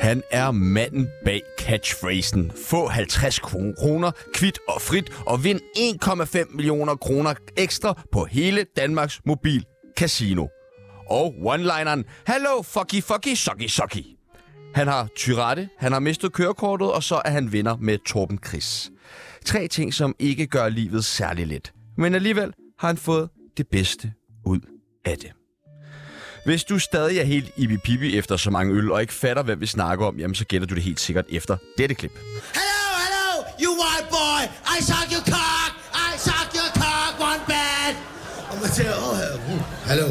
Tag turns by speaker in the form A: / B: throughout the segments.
A: Han er manden bag catchphrasen. Få 50 kroner kvit og frit og vind 1,5 millioner kroner ekstra på hele Danmarks mobil casino. Og one-lineren, Hello fucky fucky sucky sucky. Han har tyrette, han har mistet kørekortet, og så er han vinder med Torben Chris. Tre ting, som ikke gør livet særlig let. Men alligevel har han fået det bedste ud af det. Hvis du stadig er helt ibipibi efter så mange øl, og ikke fatter, hvad vi snakker om, jamen så gætter du det helt sikkert efter dette klip.
B: Hello, hello, you white boy. I suck your cock. I suck your cock one bad. Og man siger, åh, oh, hallo.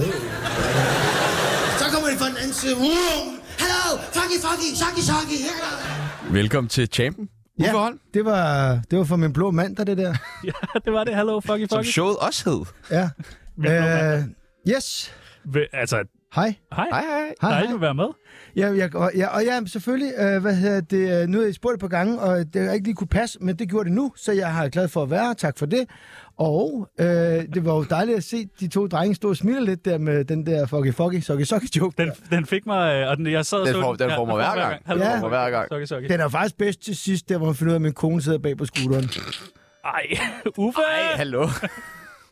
B: Så kommer det fra den anden side. Vroom. Hello, fucky, fucky, sucky, sucky. Hello.
A: Velkommen til champen. Uffe
C: Ja,
A: Holm,
C: det var, det var for min blå mandag, det der.
D: ja, det var det. Hello, fucky,
A: som
D: fucky.
A: showet også hed.
C: Ja. Øh,
D: Min blå mandag.
C: yes.
D: Vil- altså,
C: Hej.
D: hej.
A: Hej, hej.
C: Hej,
D: Dejligt
C: hej.
D: at være med.
C: Ja, jeg, og, ja, og ja, selvfølgelig, øh, hvad hedder det, øh, nu har I spurgt et par gange, og det har ikke lige kunne passe, men det gjorde det nu, så jeg har glad for at være her. Tak for det. Og øh, det var jo dejligt at se de to drenge stå og smile lidt der med den der fucky fucky socky socky joke.
D: Den, den fik mig, øh, og den, jeg sad og
A: Den
D: så
A: får- den får mig hver gang.
D: Hello,
C: Ja.
D: fucky,
A: Får mig hver gang.
D: Sucky, sucky.
C: Den er faktisk bedst til sidst, der hvor man finder ud af, at min kone sidder bag på scooteren.
D: Ej, Uffe!
A: Hej, hallo.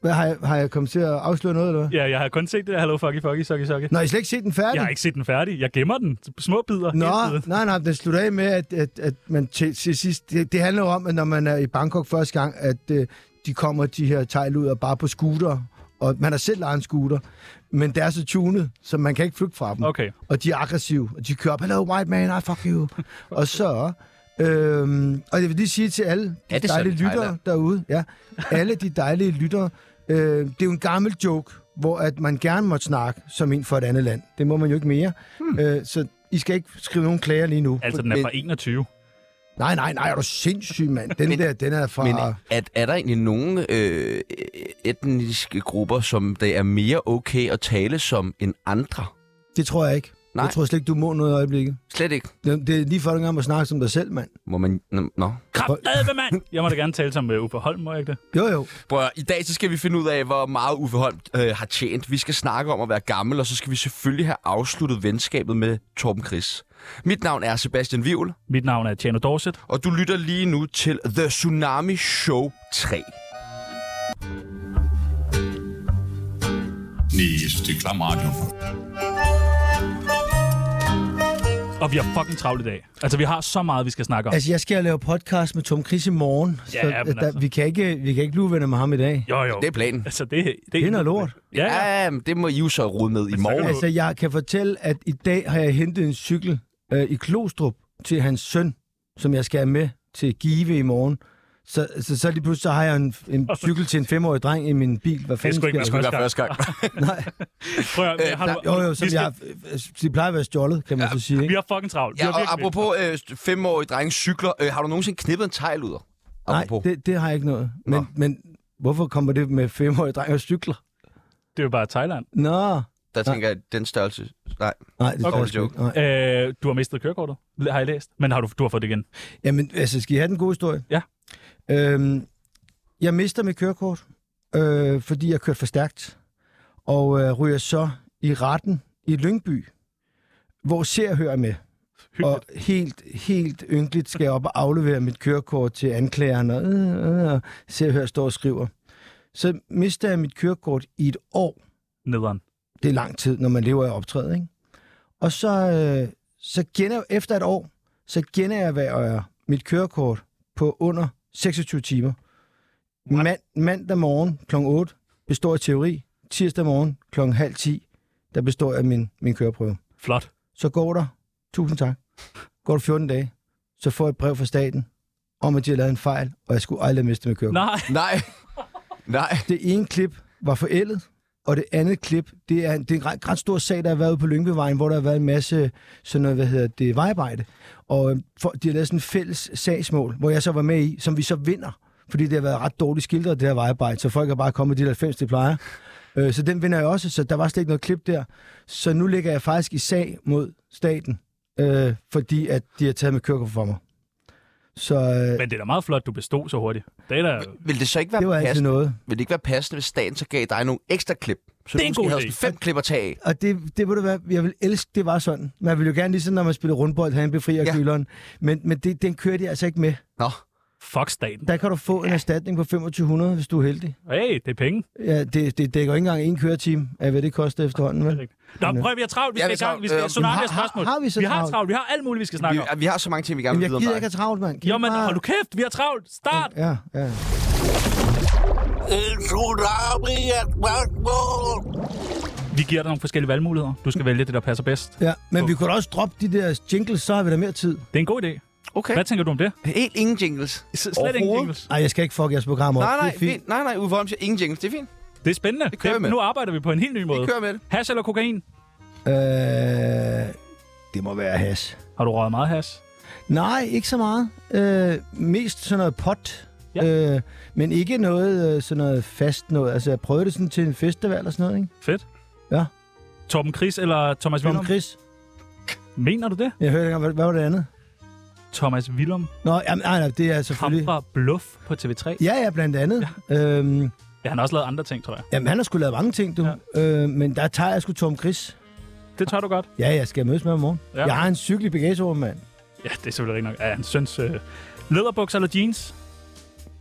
C: Hvad, har, jeg, har jeg kommet til at afsløre noget, eller hvad?
D: Ja, jeg har kun set det der Hello, fucky, fucky, sucky, sucky.
C: Nå, I har slet ikke set den færdig?
D: Jeg har ikke set den færdig. Jeg gemmer den. Små bidder. hele
C: Nå,
D: tiden.
C: nej, nej, den slutter af med, at, at, at man til, til sidst... Det, det handler jo om, at når man er i Bangkok første gang, at øh, de kommer, de her thailuder, bare på scooter. Og man har selv lejet en scooter, men det er så tunet, så man kan ikke flygte fra dem.
D: Okay.
C: Og de er aggressive, og de kører op, hello white man, I fuck you. og så... Øhm, og jeg vil lige sige til alle de
A: Er det
C: dejlige
A: sådan i
C: lyttere
A: Thailand?
C: derude, ja, alle de dejlige lyttere, øh, det er jo en gammel joke, hvor at man gerne må snakke som en fra et andet land. Det må man jo ikke mere. Hmm. Øh, så I skal ikke skrive nogen klager lige nu.
D: Altså, den er
C: Men-
D: fra 21.
C: Nej, nej, nej, er du sindssyg, mand. Den der, den er fra...
A: Men er, er der egentlig nogen øh, etniske grupper, som det er mere okay at tale som end andre?
C: Det tror jeg ikke.
A: Nej.
C: Jeg tror slet ikke, du må noget i øjeblikket.
A: Slet ikke.
C: Det, det er lige for, at du gerne må snakke som dig selv, mand.
A: Må man... Nå, Nå.
D: Kraftedeme, mand! Jeg må da gerne tale som uh, Uffe Holm, må jeg ikke det?
C: Jo, jo.
A: Prøv at, høre, i dag så skal vi finde ud af, hvor meget Uffe Holm øh, har tjent. Vi skal snakke om at være gammel, og så skal vi selvfølgelig have afsluttet venskabet med Torben Chris. Mit navn er Sebastian Vivl,
D: Mit navn er Tjano Dorset.
A: og du lytter lige nu til The Tsunami Show 3.
E: Nee, ist die Klammer.
D: Og vi har fucking travlt i dag. Altså, vi har så meget, vi skal snakke om.
C: Altså, jeg skal lave podcast med Tom Chris i morgen.
D: Ja,
C: så,
D: men
C: øh, der,
D: altså.
C: vi, kan ikke, vi kan ikke blive venner med ham i dag.
D: Jo, jo.
A: Det er planen.
D: Altså, det, det,
C: Det er noget lort.
D: Ja, ja.
A: Ja, men det må I jo så rode med i morgen.
C: Altså, jeg kan fortælle, at i dag har jeg hentet en cykel øh, i Klostrup til hans søn, som jeg skal have med til Give i morgen. Så, så, så lige pludselig så har jeg en, en cykel til en femårig dreng i min bil. Hvad fanden
D: sgu ikke
C: sker
D: være
C: der?
A: Det er første gang.
C: Nej,
D: Prøv at, høre, har du,
C: jo, jo, som
D: vi, skal,
C: jeg, øh, de plejer at være stjålet, kan man så sige.
D: vi
C: Ikke?
D: har fucking travlt. Vi
A: Ja,
D: har
A: og
D: virkelig-
A: apropos øh, femårige drenge cykler, øh, har du nogensinde knippet en tegluder?
C: Nej,
A: Apropos.
C: det, det har jeg ikke noget. Men,
A: Nå.
C: men hvorfor kommer det med femårige drenge og cykler?
D: Det er jo bare Thailand.
C: Nå,
A: Der tænker jeg, den størrelse... Nej.
C: nej, det
A: Okay.
C: okay. ikke. Nej.
D: Øh, du har mistet kørekortet, har jeg læst. Men har du, du har fået det igen.
C: Jamen, altså, skal I have den gode historie?
D: Ja.
C: Øhm, jeg mister mit kørekort, øh, fordi jeg kørte for stærkt, og øh, ryger så i retten i Lyngby, hvor ser jeg hører med. Og
D: Hyggeligt.
C: helt, helt ynkeligt skal jeg op og aflevere mit kørekort til anklageren, og øh, øh, øh, ser og hører står og skriver. Så mister jeg mit kørekort i et år,
D: Nederen.
C: det er lang tid, når man lever i optræden, ikke? Og så, øh, så gener, efter et år, så genererhverver mit kørekort på under 26 timer. Mand, mandag morgen kl. 8 består jeg teori. Tirsdag morgen kl. halv 10, der består jeg min, min køreprøve.
D: Flot.
C: Så går der, tusind tak, går der 14 dage, så får jeg et brev fra staten om, at de har lavet en fejl, og jeg skulle aldrig miste mit kørekort.
D: Nej.
A: Nej. Nej.
C: Det ene klip var forældet, og det andet klip, det er, det er en ret, ret stor sag, der har været ude på Lyngbyvejen, hvor der har været en masse sådan noget, hvad hedder det, vejarbejde. Og øh, for, de har lavet sådan en fælles sagsmål, hvor jeg så var med i, som vi så vinder. Fordi det har været ret dårligt skildret, det her vejarbejde, så folk har bare kommet de der 90, de plejer. Øh, så den vinder jeg også, så der var slet ikke noget klip der. Så nu ligger jeg faktisk i sag mod staten, øh, fordi at de har taget med kørekort fra mig. Så øh,
D: Men det er da meget flot, du bestod så hurtigt. Det er da...
F: Vil det så ikke være
C: det var altid
F: passende?
C: noget.
F: Vil det ikke være passende, hvis staten så gav dig nogle ekstra klip? Så
D: Det er
F: du måske
D: en god
F: havde
D: idé.
F: sådan fem klip at tage af.
C: Og det, det ville være, jeg vil elske, det var sådan. Man ville jo gerne ligesom, når man spiller rundbold, have en befrier
F: Ja.
C: ja. køleren. Men, men det, den kører de altså ikke med.
F: Nå,
D: Fuck staten.
C: Der kan du få en erstatning på 2500, hvis du er heldig.
D: Hey, det er penge.
C: Ja, det, det dækker jo ikke engang en køretime af, hvad det koster efterhånden, vel?
D: Nå, prøv, vi har travlt. Vi
F: Ja,
D: skal
F: vi
D: i
F: har
D: gang. Vi
F: travlt.
D: skal
F: Øh,
D: tsunami
C: har-
D: af spørgsmål.
C: har- har vi så
D: vi har
C: travlt?
D: travlt. Vi har alt muligt, vi skal snakke om.
F: vi, vi har så mange ting, vi gerne
C: Jamen,
F: vil
C: jeg
F: vide
C: gider
F: om
C: ikke have
F: dig.
C: travlt, mand. Kan
D: Jo,
C: I
D: men
C: bare-
D: hold du kæft, vi har travlt. Start!
C: Ja, ja.
D: Vi giver dig nogle forskellige valgmuligheder. Du skal vælge det, der passer bedst.
C: ja. Men vi kunne da også droppe de der jingles, så har vi da mere tid.
D: Det er en god idé.
F: Okay.
D: Hvad tænker du om det?
F: Helt ingen jingles.
D: S- Slet ingen
F: Overhovedet.
D: jingles.
C: Nej, jeg skal ikke fuck jeres program op.
F: Nej, nej,
C: det er fint.
F: fint. nej, nej, Uwe Holm siger ingen jingles. Det er fint.
D: Det er spændende.
F: Det kører vi med.
D: nu arbejder vi på en helt ny måde.
F: Vi kører med det.
D: Hash eller kokain?
C: Øh, det må være has.
D: Har du røget meget hash?
C: Nej, ikke så meget. Øh, mest sådan noget pot.
D: Ja.
C: Ja. Øh, men ikke noget øh, sådan noget fast noget. Altså, jeg prøvede det sådan til en festival eller sådan noget, ikke?
D: Fedt.
C: Ja.
D: Torben Chris eller Thomas
C: Tom
D: Willum?
C: Chris.
D: Mener du det?
C: Jeg hørte ikke om, hvad, hvad var det andet?
D: Thomas Willum.
C: Nå, jamen, nej, nej, det er
D: Ham
C: selvfølgelig...
D: fra Bluff på TV3.
C: Ja, ja, blandt andet. Ja. Øhm,
D: Ja, han har også lavet andre ting, tror jeg.
C: jamen, han har sgu lavet mange ting, du. Ja. Øh, men der tager jeg sgu Tom Chris.
D: Det tør du godt.
C: Ja, jeg skal mødes med ham i morgen.
D: Ja.
C: Ja. Jeg har en cykel i bagagerummet, mand.
D: Ja, det er selvfølgelig rigtigt nok. Ja, han synes... Øh... Læderbukser eller jeans?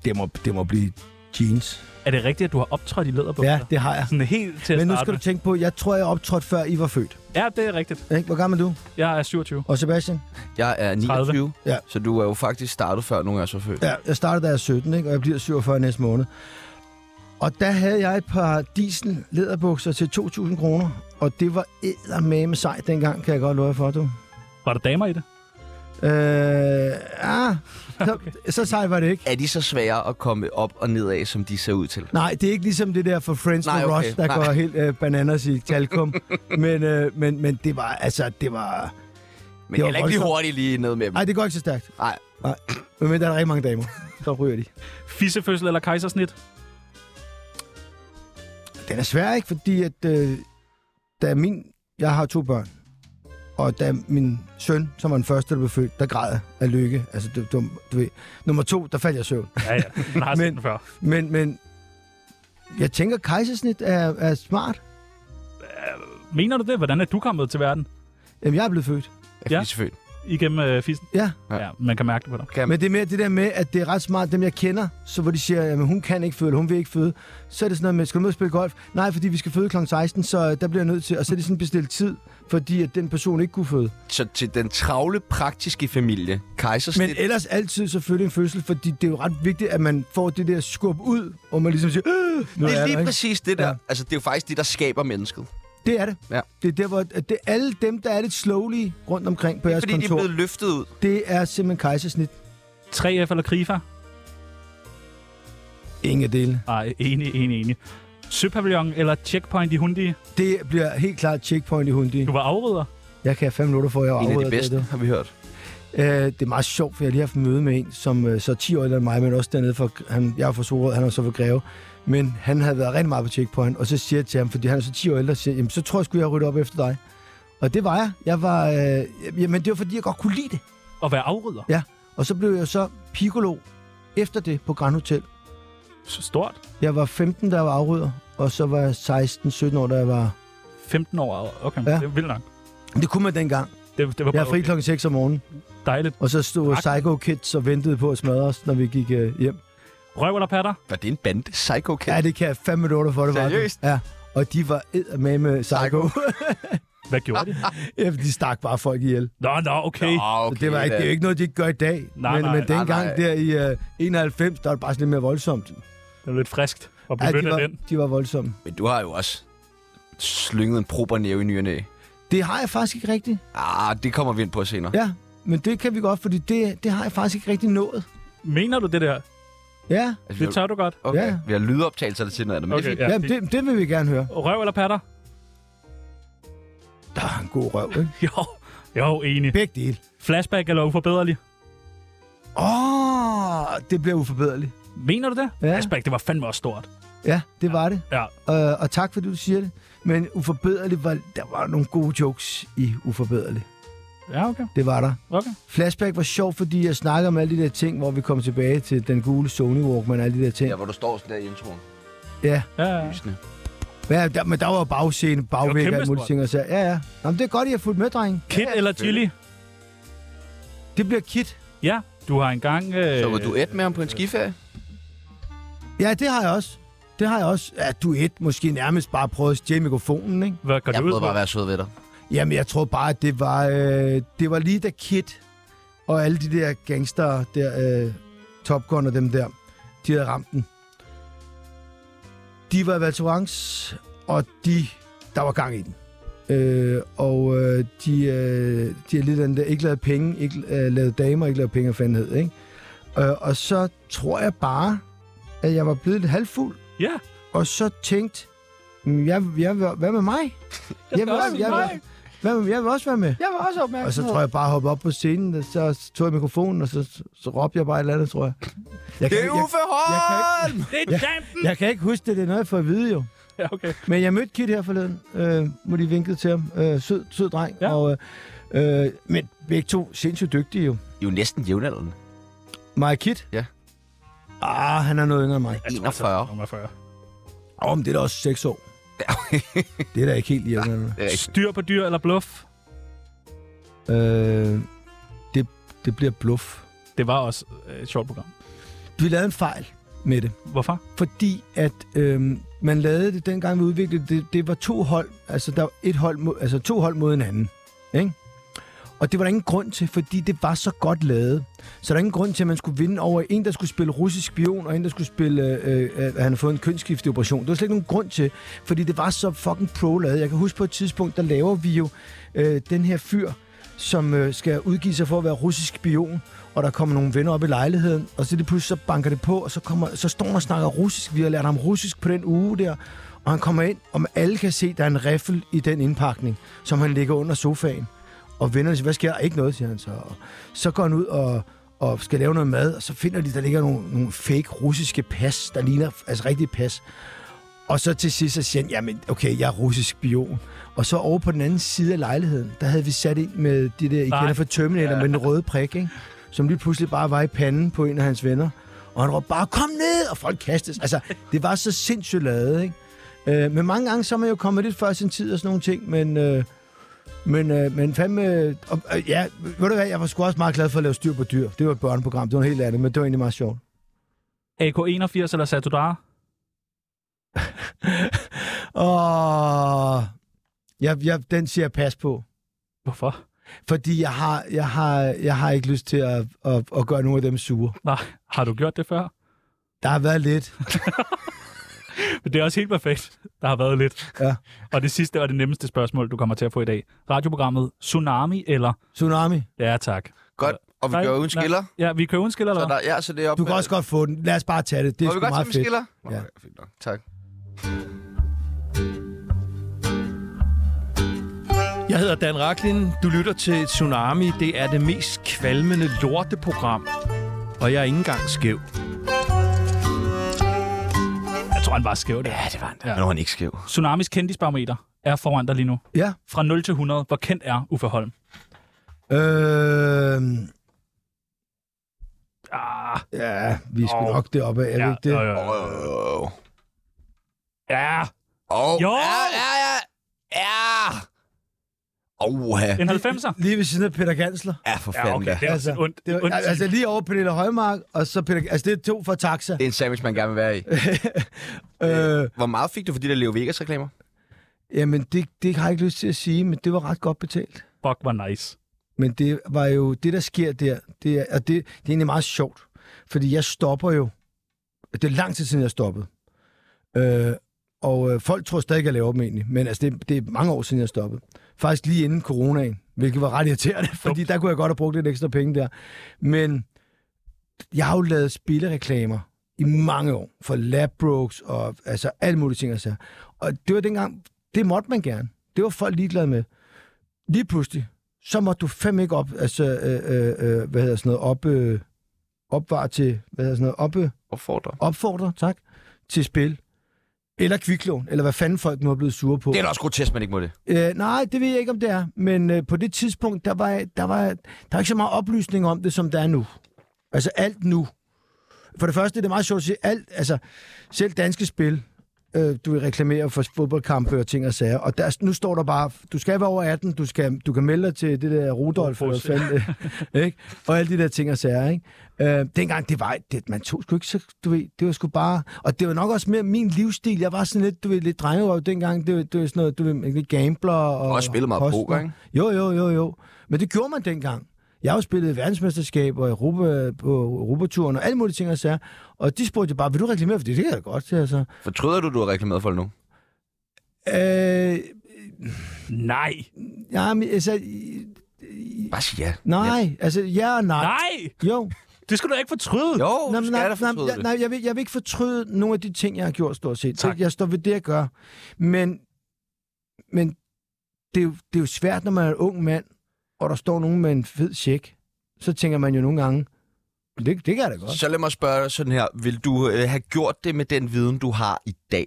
C: Det må, det må blive jeans.
D: Er det rigtigt, at du har optrådt i læderbukser?
C: Ja, det har jeg.
D: Sådan helt til at
C: Men nu
D: starte
C: skal du tænke på, jeg tror, jeg optrådte før I var født.
D: med. Ja, det er rigtigt.
C: Ikke? Hvor gammel er du?
D: Jeg er 27.
C: Og Sebastian?
F: Jeg er 29,
C: Ja.
F: så du er jo faktisk startet før nogen af os var født.
C: Ja, jeg startede, da jeg var 17, ikke? og jeg bliver 47 næste måned. Og der havde jeg et par diesel læderbukser til 2.000 kroner, og det var eddermame sejt dengang, kan jeg godt love jer for, du.
D: Var der damer i det?
C: Øh, ah, så, okay. så sejt var det ikke.
F: Er de så svære at komme op og ned af, som de ser ud til?
C: Nej, det er ikke ligesom det der for Friends
F: Nej,
C: Nej,
F: okay,
C: okay. Ross, der
F: nej.
C: Nej. går helt øh, bananas i talkum. men, øh, men, men det var, altså, det var...
F: Men
C: Det var
F: heller ikke lige
C: voldsomt.
F: hurtigt lige ned med dem.
C: Nej, det går ikke så stærkt.
F: Nej.
C: Nej. Men der er rigtig mange damer. Så ryger de.
D: Fissefødsel eller kejsersnit?
C: Den er svær, ikke? Fordi at, øh, da min... Jeg har to børn. Og da min søn, som var den første, der blev født, der græd jeg af lykke. Altså, du, du, du ved. Nummer to, der faldt jeg i søvn.
D: Ja, ja. Man har set
C: Men-
D: den før.
C: Men, men jeg tænker, kejsersnit er, er smart.
D: Mener du det? Hvordan er du kommet til verden?
C: Jamen, jeg er blevet født.
F: Ja.
D: Ja.
F: Lige selvfølgelig.
D: Igennem øh, fissen?
C: Ja.
F: Ja.
D: Ja. ja. man kan mærke det på dig.
F: Kan
C: Men det er mere det der med, at det er ret smart, dem jeg kender, så hvor de siger, at hun kan ikke føde, eller hun vil ikke føde. Så er det sådan noget med, skal du med og spille golf? Nej, fordi vi skal føde kl. 16, så øh, der bliver jeg nødt til. Og så er det sådan bestilt tid, fordi at den person ikke kunne føde.
F: Så til den travle, praktiske familie, kejsersnit,
C: Men ellers altid selvfølgelig en fødsel, fordi det er jo ret vigtigt, at man får det der skub ud, og man ligesom siger, "Øh, nu
F: det er
C: jeg
F: lige
C: der, ikke?"
F: præcis det der.
C: Ja.
F: Altså, det er jo faktisk det, der skaber mennesket.
C: Det er det.
F: Ja.
C: Det er der, hvor at det, alle dem, der er lidt slowly rundt omkring på jeres
F: Fordi de
C: kontor,
F: er blevet løftet ud.
C: det er simpelthen kejsersnit.
D: 3F eller Krifa?
C: Ingen af dele.
D: Nej, enig, enig, enig. Søpavillon eller Checkpoint i Hundi?
C: Det bliver helt klart checkpoint i hundi.
D: Du var afrydder.
C: Jeg kan have fem minutter for, at jeg
F: En af
C: afreder
F: de
C: det
F: bedste,
C: der.
F: har vi hørt.
C: Øh, det er meget sjovt, for jeg har lige haft et møde med en, som øh, så er 10 år ældre end mig, men også dernede fra, han, jeg er fra Sorød, han er så fra Greve. Men han havde været rigtig meget på checkpoint, og så siger jeg til ham, fordi han er så 10 år ældre, siger, jeg, jamen så tror jeg, skulle jeg rydde op efter dig. Og det var jeg. Jeg var, øh, jamen det var fordi, jeg godt kunne lide det.
D: At være afrydder?
C: Ja. Og så blev jeg så piccolo efter det på Grand Hotel.
D: Så stort.
C: Jeg var 15, da jeg var afrydder, og så var jeg 16-17 år, da jeg var...
D: 15 år. Okay, ja.
C: Ja.
D: det er vildt nok.
C: Det kunne man dengang.
D: Det, det var
C: Jeg
D: bare
C: er fri
D: Ah, okay.
C: klokken 6 om morgenen,
D: dejligt.
C: og så stod
D: Tak.
C: Psycho Kids og ventede på at smadre os, når vi gik øh, hjem.
D: Røv eller patter?
F: Var det en bande? Psycho Kid?
C: Ja, det kan jeg fandme love for, det var. det.
F: Seriøst?
C: Ja. Og de var med med psycho.
D: Hvad gjorde de?
C: Ja, de stak bare folk ihjel.
D: Nå, nå, okay.
F: Nå,
C: Okay, det, var ikke, det er jo ikke noget, de ikke gør i dag.
D: Nej,
C: men,
D: nej,
C: men
D: nej,
C: dengang
F: nej.
C: der i uh, 91, der var det bare sådan lidt mere voldsomt.
D: Det var lidt friskt at
C: Ja,
D: blive
C: de,
D: mødt af
C: var,
D: den.
C: de var voldsomme.
F: Men du har jo også slynget en proper næve i ny og næ.
C: Det har jeg faktisk ikke rigtigt.
F: Ah, det kommer vi ind på senere.
C: Ja, men det kan vi godt, fordi det, det har jeg faktisk ikke rigtig nået.
D: Mener du det der?
C: Ja,
F: Altså, vi
D: Det
F: har,
D: tør du godt.
F: okay,
C: Ja.
F: vi har lydoptagelser der til noget andet.
D: Okay,
F: Okay.
D: ja.
C: ja det, det vil vi gerne høre.
D: Røv eller patter?
C: Der er en god røv, ikke?
D: Jo, jo, enig.
C: Begge dele.
D: Flashback eller uforbederlig?
C: Åh, oh, det bliver uforbederligt.
D: Mener du det?
C: Ja.
D: Flashback, det var fandme også stort.
C: Ja, det var det.
D: Ja,
C: Øh, og tak fordi du siger det. Men uforbederligt var, der var nogle gode jokes i uforbederligt.
D: Ja, okay.
C: Det var der.
D: okay.
C: Flashback var sjov, fordi jeg snakkede om alle de der ting, hvor vi kom tilbage til den gule Sony Walkman og alle de der ting.
F: Ja, hvor du står sådan der i introen.
C: Ja,
D: Ja, ja. ja.
F: Lysende.
C: ja der, men der var jo bagscene, bagvæg og
D: kæmpe
C: alt muligt
D: stort.
C: ting. Og så, ja, ja. Nå, men det er godt, I har fulgt med, dreng.
D: Kit eller Chili?
C: Det bliver kit.
D: Ja, du har engang... Øh,
F: Så var du et med ham på en skiferie?
C: Ja, det har jeg også. Det har jeg også. Ja, duet måske nærmest bare prøvet at stjæle mikrofonen, ikke?
D: Hvad går
F: Jeg
D: du ud
F: prøvede
D: på?
F: bare at være sød ved dig.
C: Jamen, jeg tror bare, at det var, øh, det var lige da Kid og alle de der gangster der, øh, Top Gun og dem der, de havde ramt den. De var i Valtorans, og de, der var gang i den. Øh, og øh, de, øh, de har lidt den der, ikke lavet penge, ikke øh, lavet damer, ikke lavet penge og fanden hed, ikke? Øh, og så tror jeg bare, at jeg var blevet lidt halvfuld,
D: Ja,
C: og så tænkte, "Mm, jeg, jeg, vil- hvad med mig? Jeg, vil,
D: også
C: også-
D: sige
C: jeg,
D: nej.
C: vil, hvad med, jeg vil også være med.
G: Jeg var også
C: Og så
G: opmærksom.
C: tror jeg bare, at hoppe op på scenen, og så tog jeg mikrofonen, og så, så råbte jeg bare et eller andet, tror jeg. Jeg kan, ikke- jeg, jeg kan
D: det er dampen!
C: jeg kan ikke huske det, det er noget, jeg får at vide jo.
D: Ja, okay.
C: Men jeg mødte Kit her forleden, øh, hvor de vinkede til ham. Øh, sød, sød dreng.
D: Ja.
C: Og, øh, øh, men begge to sindssygt dygtige jo.
F: I er jo næsten jævnaldrende.
C: Mig og Kit?
F: Ja.
C: Ah, han er noget yngre end mig.
F: 41.
D: Nummer 40.
C: Åh, oh, men det er da også 6 år. det er da ikke helt jævnt. eller?
F: Det er rigtigt.
D: Styr på dyr eller bluff?
C: Øh, det, det bliver bluff.
D: Det var også øh, et sjovt program.
C: Vi lavede en fejl med det,
D: Hvorfor?
C: fordi at øh, man lavede det dengang vi udviklede det, det var to hold, altså der var et hold mod, altså to hold mod en anden, ikke? Og det var der ingen grund til, fordi det var så godt lavet. Så der er ingen grund til, at man skulle vinde over en, der skulle spille russisk spion, og en, der skulle spille, øh, øh, at han havde fået en kønsskifteoperation. Det var slet ikke nogen grund til, fordi det var så fucking pro-lavet. Jeg kan huske på et tidspunkt, der laver vi jo øh, den her fyr, som øh, skal udgive sig for at være russisk spion, og der kommer nogle venner op i lejligheden, og så lige pludselig så banker det på, og så, kommer, så står han og snakker russisk. Vi har lært ham russisk på den uge der, og han kommer ind, og alle kan se, der er en riffel i den indpakning, som han ligger under sofaen. Og vennerne siger, hvad sker der? Ikke noget, siger han så. Og så går han ud og, og skal lave noget mad, og så finder de, der ligger nogle, nogle fake russiske pas, der ligner altså rigtige pas. Og så til sidst så siger han, jamen okay, jeg er russisk spion. Og så over på den anden side af lejligheden, der havde vi sat ind med de der, I
D: Nej.
C: kender fra Terminator, med den røde prik, ikke? som lige pludselig bare var i panden på en af hans venner. Og han råbte bare, kom ned! Og folk kastes. Altså, det var så sindssygt lavet, ikke? Øh, men mange gange, så er man jo kommet lidt før sin tid og sådan nogle ting, men... Øh, men, øh, men fandme... Øh, og, øh, ja, ved du hvad, jeg var sgu også meget glad for at lave styr på dyr. Det var et børneprogram, det var noget helt andet, men det var egentlig meget sjovt.
D: AK81 eller Satudara?
C: Og jeg, jeg, den siger jeg pas på.
D: Hvorfor?
C: Fordi jeg har, jeg har, jeg har ikke lyst til at, at, at gøre nogen af dem sure.
D: Nej, har du gjort det før?
C: Der har været lidt.
D: Men det er også helt perfekt. Der har været lidt.
C: Ja.
D: Og det sidste og det nemmeste spørgsmål, du kommer til at få i dag. Radioprogrammet Tsunami eller...
C: Tsunami,
D: Ja, tak.
F: Godt, og vi
D: Nej,
F: gør uden
D: nej.
F: skiller.
D: Ja, vi kører uden skiller,
F: Så
D: eller? hvad?
F: der, ja, så det er op
C: du kan
F: med-
C: også godt få den. Lad os bare tage det. Det er
F: Må
C: sgu
F: vi godt
C: meget
F: tage med
C: fedt.
F: skiller? Nå,
C: Ja.
F: fint nok. Tak.
G: Jeg hedder Dan Raklin. Du lytter til Tsunami. Det er det mest kvalmende lorteprogram. Og jeg er ikke engang skæv.
D: Jeg tror, han var skæv der. Ja, det var han.
F: Nu er han ikke skæv.
D: Tsunamis kendisbarometer er foran dig lige nu.
C: Ja.
D: Fra 0 til 100, hvor kendt er Uffe Holm?
C: Øh,
D: Ah,
C: ja, vi skal
D: Åh.
C: nok deroppe, er vi
D: ja,
C: ikke det?
D: jo, jo, jo.
F: Åh.
D: ja,
F: Åh.
D: Jo!
F: Ja, ja, ja. Ja. Oha.
D: en 90'er.
C: Lige ved siden af Peter Gansler.
F: Ja, for
D: Ja,
F: fanden
D: okay,
F: da.
D: det er altså, ondt.
C: det
D: Det
C: var,
D: er ondt.
C: altså lige over Pernille Højmark, og så Peter, altså det er to for taxa.
F: Det er en sandwich, man gerne vil være i.
C: Øh,
F: Hvor meget fik du for de der Leo Vegas-reklamer?
C: jamen, det, det har jeg ikke lyst til at sige, men det var ret godt betalt.
D: Fuck, var nice.
C: Men det var jo, det der sker der, det er, og det, det er egentlig meget sjovt, fordi jeg stopper jo, det er lang tid siden, jeg stoppede. Øh, og øh, folk tror stadig, jeg laver dem egentlig, men altså, det, det er mange år siden, jeg stoppede. Faktisk lige inden coronaen, hvilket var ret irriterende, fordi der kunne jeg godt have brugt lidt ekstra penge der. Men jeg har jo lavet spillereklamer i mange år, for Labrooks og altså alle mulige ting. Altså. Og det var dengang, det måtte man gerne. Det var folk ligeglade med. Lige pludselig, så måtte du fem ikke op, altså, øh, øh, øh, hvad hedder sådan noget, op, øh, opvare til, hvad hedder sådan noget, op, øh,
F: Opfordrer.
C: opfordre, tak, til spil. Eller kviklån, eller hvad fanden folk nu er blevet sure på.
F: Det er da også grotesk, man ikke må det.
C: Øh, nej, det ved jeg ikke, om det er. Men øh, på det tidspunkt, der var, der var der var ikke så meget oplysning om det, som der er nu. Altså alt nu. For det første, det er meget sjovt at sige, alt, altså selv danske spil, øh, du vil reklamere for fodboldkampe og ting og sager, og der, nu står der bare, du skal være over 18, du, skal, du kan melde dig til det der Rudolf, eller hvad fanden, det- ikke? og alle de der ting og sager. Ikke? Øh, dengang, det var, det, man tog sgu ikke så, du ved, det var sgu bare, og det var nok også mere min livsstil, jeg var sådan lidt, du ved, lidt drengerøv dengang, det, var- det var sådan noget, du ved, lidt gambler og...
F: Også spillede meget
C: poster.
F: poker, ikke?
C: Jo, jo, jo, jo. Men det gjorde man dengang. Jeg har jo spillet i verdensmesterskab og Europa, på Europaturen og alle mulige ting og sager. Og de spurgte jo bare, vil du reklamere for det? Det kan jeg da godt, sagde jeg så.
F: Fortryder du, du har reklameret for det nu?
C: Øh,
D: Nej.
C: ja, men, altså,
F: Bare sig ja.
C: nej, ja. altså ja og nej.
D: Nej!
C: Jo.
D: Det skal du da ikke fortryde.
F: Jo,
C: Nå,
F: du
C: men
F: skal
C: nej,
F: da
C: nej,
F: fortryde
C: jeg,
F: det.
C: nej, jeg vil, jeg vil ikke fortryde nogle af de ting, jeg har gjort stort set.
D: Tak.
C: Jeg står ved det, jeg gør. Men, men det, er jo, det er jo svært, når man er en ung mand, og der står nogen med en fed check. Så tænker man jo nogle gange, det, det kan jeg da godt.
F: Så lad mig spørge dig sådan her. Vil du øh, have gjort det med den viden, du har i dag?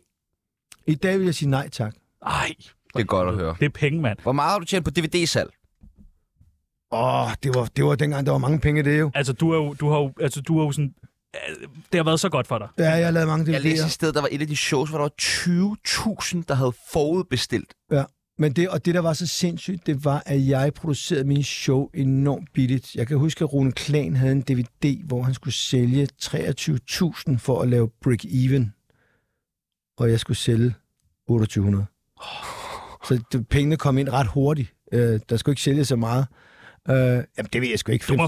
C: I dag vil jeg sige nej tak.
D: Nej.
F: Det er godt at høre.
D: Det er penge, mand.
F: Hvor meget har du tjent på DVD-salg?
C: Åh, oh, det var, det var dengang, der var mange penge i det jo.
D: Altså, du, er jo, du har jo, altså, du har jo sådan... øh, Det har været så godt for dig.
C: Ja, jeg lavede mange
F: Jeg læste et
C: DVD'er.
F: sted, der var et af de shows, hvor der var 20.000, der havde forudbestilt.
C: Men det, og det, der var så sindssygt, det var, at jeg producerede mine show enormt billigt. Jeg kan huske, at Rune Klan havde en DVD, hvor han skulle sælge 23.000 for at lave break-even. Og jeg skulle sælge 2800.
D: Oh.
C: Så det, pengene kom ind ret hurtigt. Øh, der skulle ikke sælge så meget. Øh, jamen, det ved jeg sgu ikke.
D: Du må-
C: 5-6,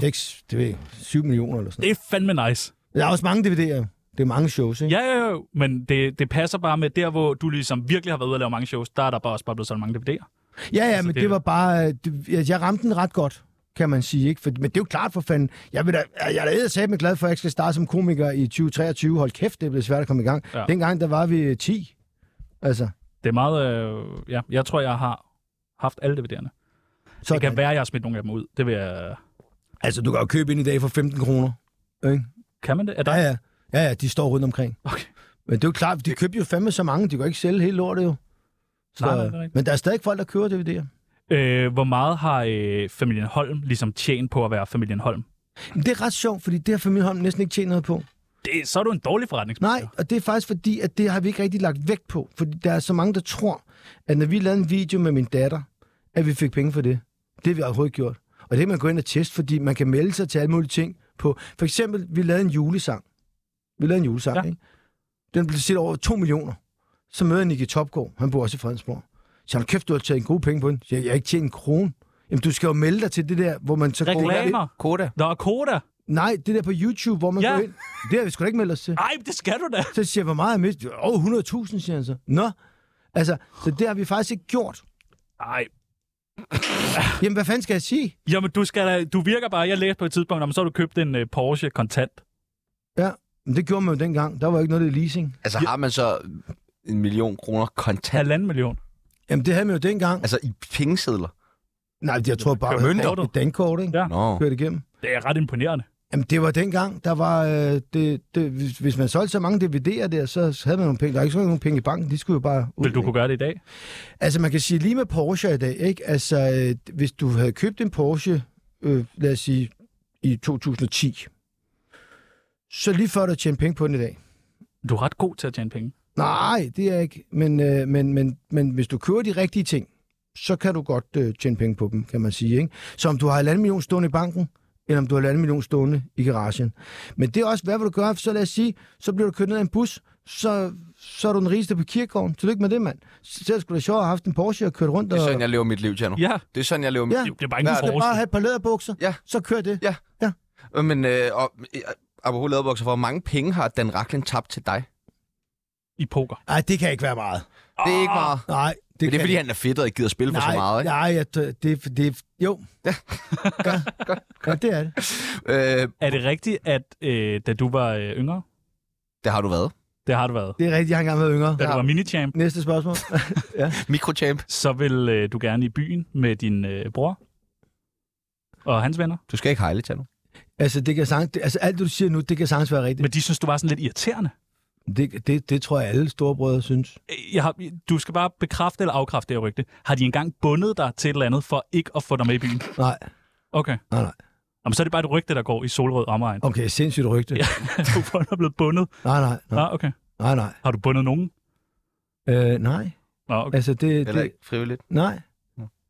C: det ved jeg. 7 millioner eller sådan
D: Det er fandme nice.
C: noget. Der er også mange DVD'er. Det er mange shows, ikke?
D: Ja, ja, ja. Men det, det passer bare med der, hvor du ligesom virkelig har været ude og lave mange shows, der er der bare også bare blevet solgt mange DVD'er.
C: Ja, ja,
D: Altså,
C: men
D: det-
C: det, var bare... øh, Det, jeg, jeg ramte den ret godt, kan man sige. Ikke? For, men det er jo klart for fanden. Jeg, vil da, jeg er da eddersat med glad for, at jeg ikke skal starte som komiker i 2023. Hold kæft, det blev svært at komme i gang.
D: Ja.
C: Ja. Dengang, der var vi 10. Altså,
D: Det er meget... Øh, ja, jeg tror, jeg har haft alle DVD'erne.
C: så
D: Det kan være, jeg har smidt nogle af dem ud. Det vil jeg...
C: altså, du kan jo købe ind i dag for 15 kroner. Ikke?
D: Kan man det? Er der...
C: Ja, ja. Ja, ja, de står rundt omkring.
D: Okay.
C: Men det er jo klart, de købte jo fandme så mange, de kan jo ikke sælge hele lortet jo. Så,
D: Nej, nej, det er rigtigt.
C: men der er stadig folk, der køber DVD'er.
D: Øh, hvor meget har øh, familien Holm ligesom tjent på at være familien Holm?
C: Men det er ret sjovt, fordi det har familieholm næsten ikke tjent noget på.
D: Det, så er du en dårlig forretningsmand.
C: Nej, og det er faktisk fordi, at det har vi ikke rigtig lagt vægt på. Fordi der er så mange, der tror, at når vi lavede en video med min datter, at vi fik penge for det. Det har vi overhovedet ikke gjort. Og det kan man gå ind og teste, fordi man kan melde sig til alle mulige ting på. For eksempel, vi lavede en julesang. Vi lavede en julesang,
D: Ja.
C: ja. ikke? Den blev set over 2 millioner. Så møder jeg Nicky Topgaard, han bor også i Fredensborg. Så han kæft, du har taget en god penge på den. Så jeg, jeg har ikke tjent en krone. Jamen, du skal jo melde dig til det der, hvor man så går-
D: Reklamer.
F: Koda.
D: Der er koda.
C: Nej, det der på YouTube, hvor man
D: Ja.
C: ja. går ind. Det har vi sgu da ikke meldt os til.
D: Ej, det skal du da.
C: Så siger jeg, hvor meget har jeg mistet? Over 100.000, siger han så. Nå, altså, så det har vi faktisk ikke gjort.
D: Ej,
C: Jamen, hvad fanden skal jeg sige?
D: jamen du, skal da, du virker bare, jeg læste på et tidspunkt, om så har du købt en øh, Porsche kontant.
C: Ja, men det gjorde man jo dengang. Der var jo ikke noget, der hed leasing.
F: Altså har man så en million kroner kontant?
D: Halvanden million.
C: Jamen, det havde man jo dengang.
F: Altså i pengesedler?
C: Nej, jeg tror bare,
D: kører mønter, du.
C: det dankort, ikke?
D: Ja.
C: Ja.
F: Nå.
C: Kørte igennem.
D: Det er ret imponerende.
C: Jamen, det var dengang, der var... Øh, det, det, hvis, hvis man solgte så mange DVD'er der, så havde man nogle penge. Der var ikke så mange penge i banken, de skulle jo bare... ud,
D: Vil du
C: ikke?
D: kunne gøre det i dag?
C: Altså, man kan sige lige med Porsche i dag, ikke? Altså, øh, hvis du havde købt en Porsche, øh, lad os sige, i 2010, så lige før du tjente penge på den i dag.
D: Du er ret god til at tjene penge.
C: Nej, det er jeg ikke. Men, øh, men, men, men hvis du kører de rigtige ting, så kan du godt øh, tjene penge på dem, kan man sige. Ikke? Så om du har 1,5 million stående i banken, eller om du har 1,5 million stående i garagen. Men det er også, hvad vil du gøre? Så lad os sige, så bliver du kørt ned af en bus, så, så er du den rigeste på kirkegården. Tillykke med det, mand. Selv skulle det sjovt at have haft en Porsche og kørt rundt.
F: Det er
C: og...
F: sådan, jeg lever mit liv, Tjerno.
D: Ja,
F: Det er sådan, jeg lever mit
C: Ja.
F: liv.
D: det er bare ikke
F: Hvad
D: en
F: er
C: Du skal bare
D: Porsche.
C: have et par læderbukser,
F: Ja.
C: så kør det.
F: Ja.
C: Ja.
F: Øh, Men øh, og, øh, apropos ladebokser, hvor mange penge har Dan Racklin tabt til dig?
D: I poker.
C: Nej, det kan ikke være meget.
F: Det er ikke meget.
C: Nej,
F: Det,
C: det,
F: det
C: kan
F: er, fordi han er fedt og ikke gider spille for
C: nej,
F: så meget, ikke?
C: Nej, jeg, det, det, det, jo. Ja. ja. ja, det er det.
F: Øh,
D: Er det rigtigt, at øh, da du var øh, yngre,
F: det har du været.
D: det har du været,
C: Det er rigtigt, jeg har engang været yngre.
D: da du var minichamp,
C: Næste spørgsmål.
F: Mikrochamp.
D: så vil øh, du gerne i byen med din øh, bror og hans venner.
F: Du skal ikke hejle, Tjerno.
C: altså, det kan sagtens, det, altså, alt det, du siger nu, det kan sagtens være rigtigt.
D: Men de synes, du var sådan lidt irriterende.
C: Det, det, det tror jeg, alle storebrødre synes.
D: Jeg har, du skal bare bekræfte eller afkræfte det her rygte. Har de engang bundet dig til et eller andet for ikke at få dig med i byen?
C: Nej,
D: Okay.
C: nej, nej.
D: Jamen, så er det bare et rygte, der går i Solrød omegn.
C: Okay, sindssygt rygte. Ja.
D: Du folk er blevet bundet.
C: Nej, nej, nej,
D: Ah, okay.
C: nej, nej.
D: Har du bundet nogen?
C: Øh, nej.
D: Nå, okay.
C: Altså, det,
A: Heller
C: det,
A: ikke frivilligt.
C: nej.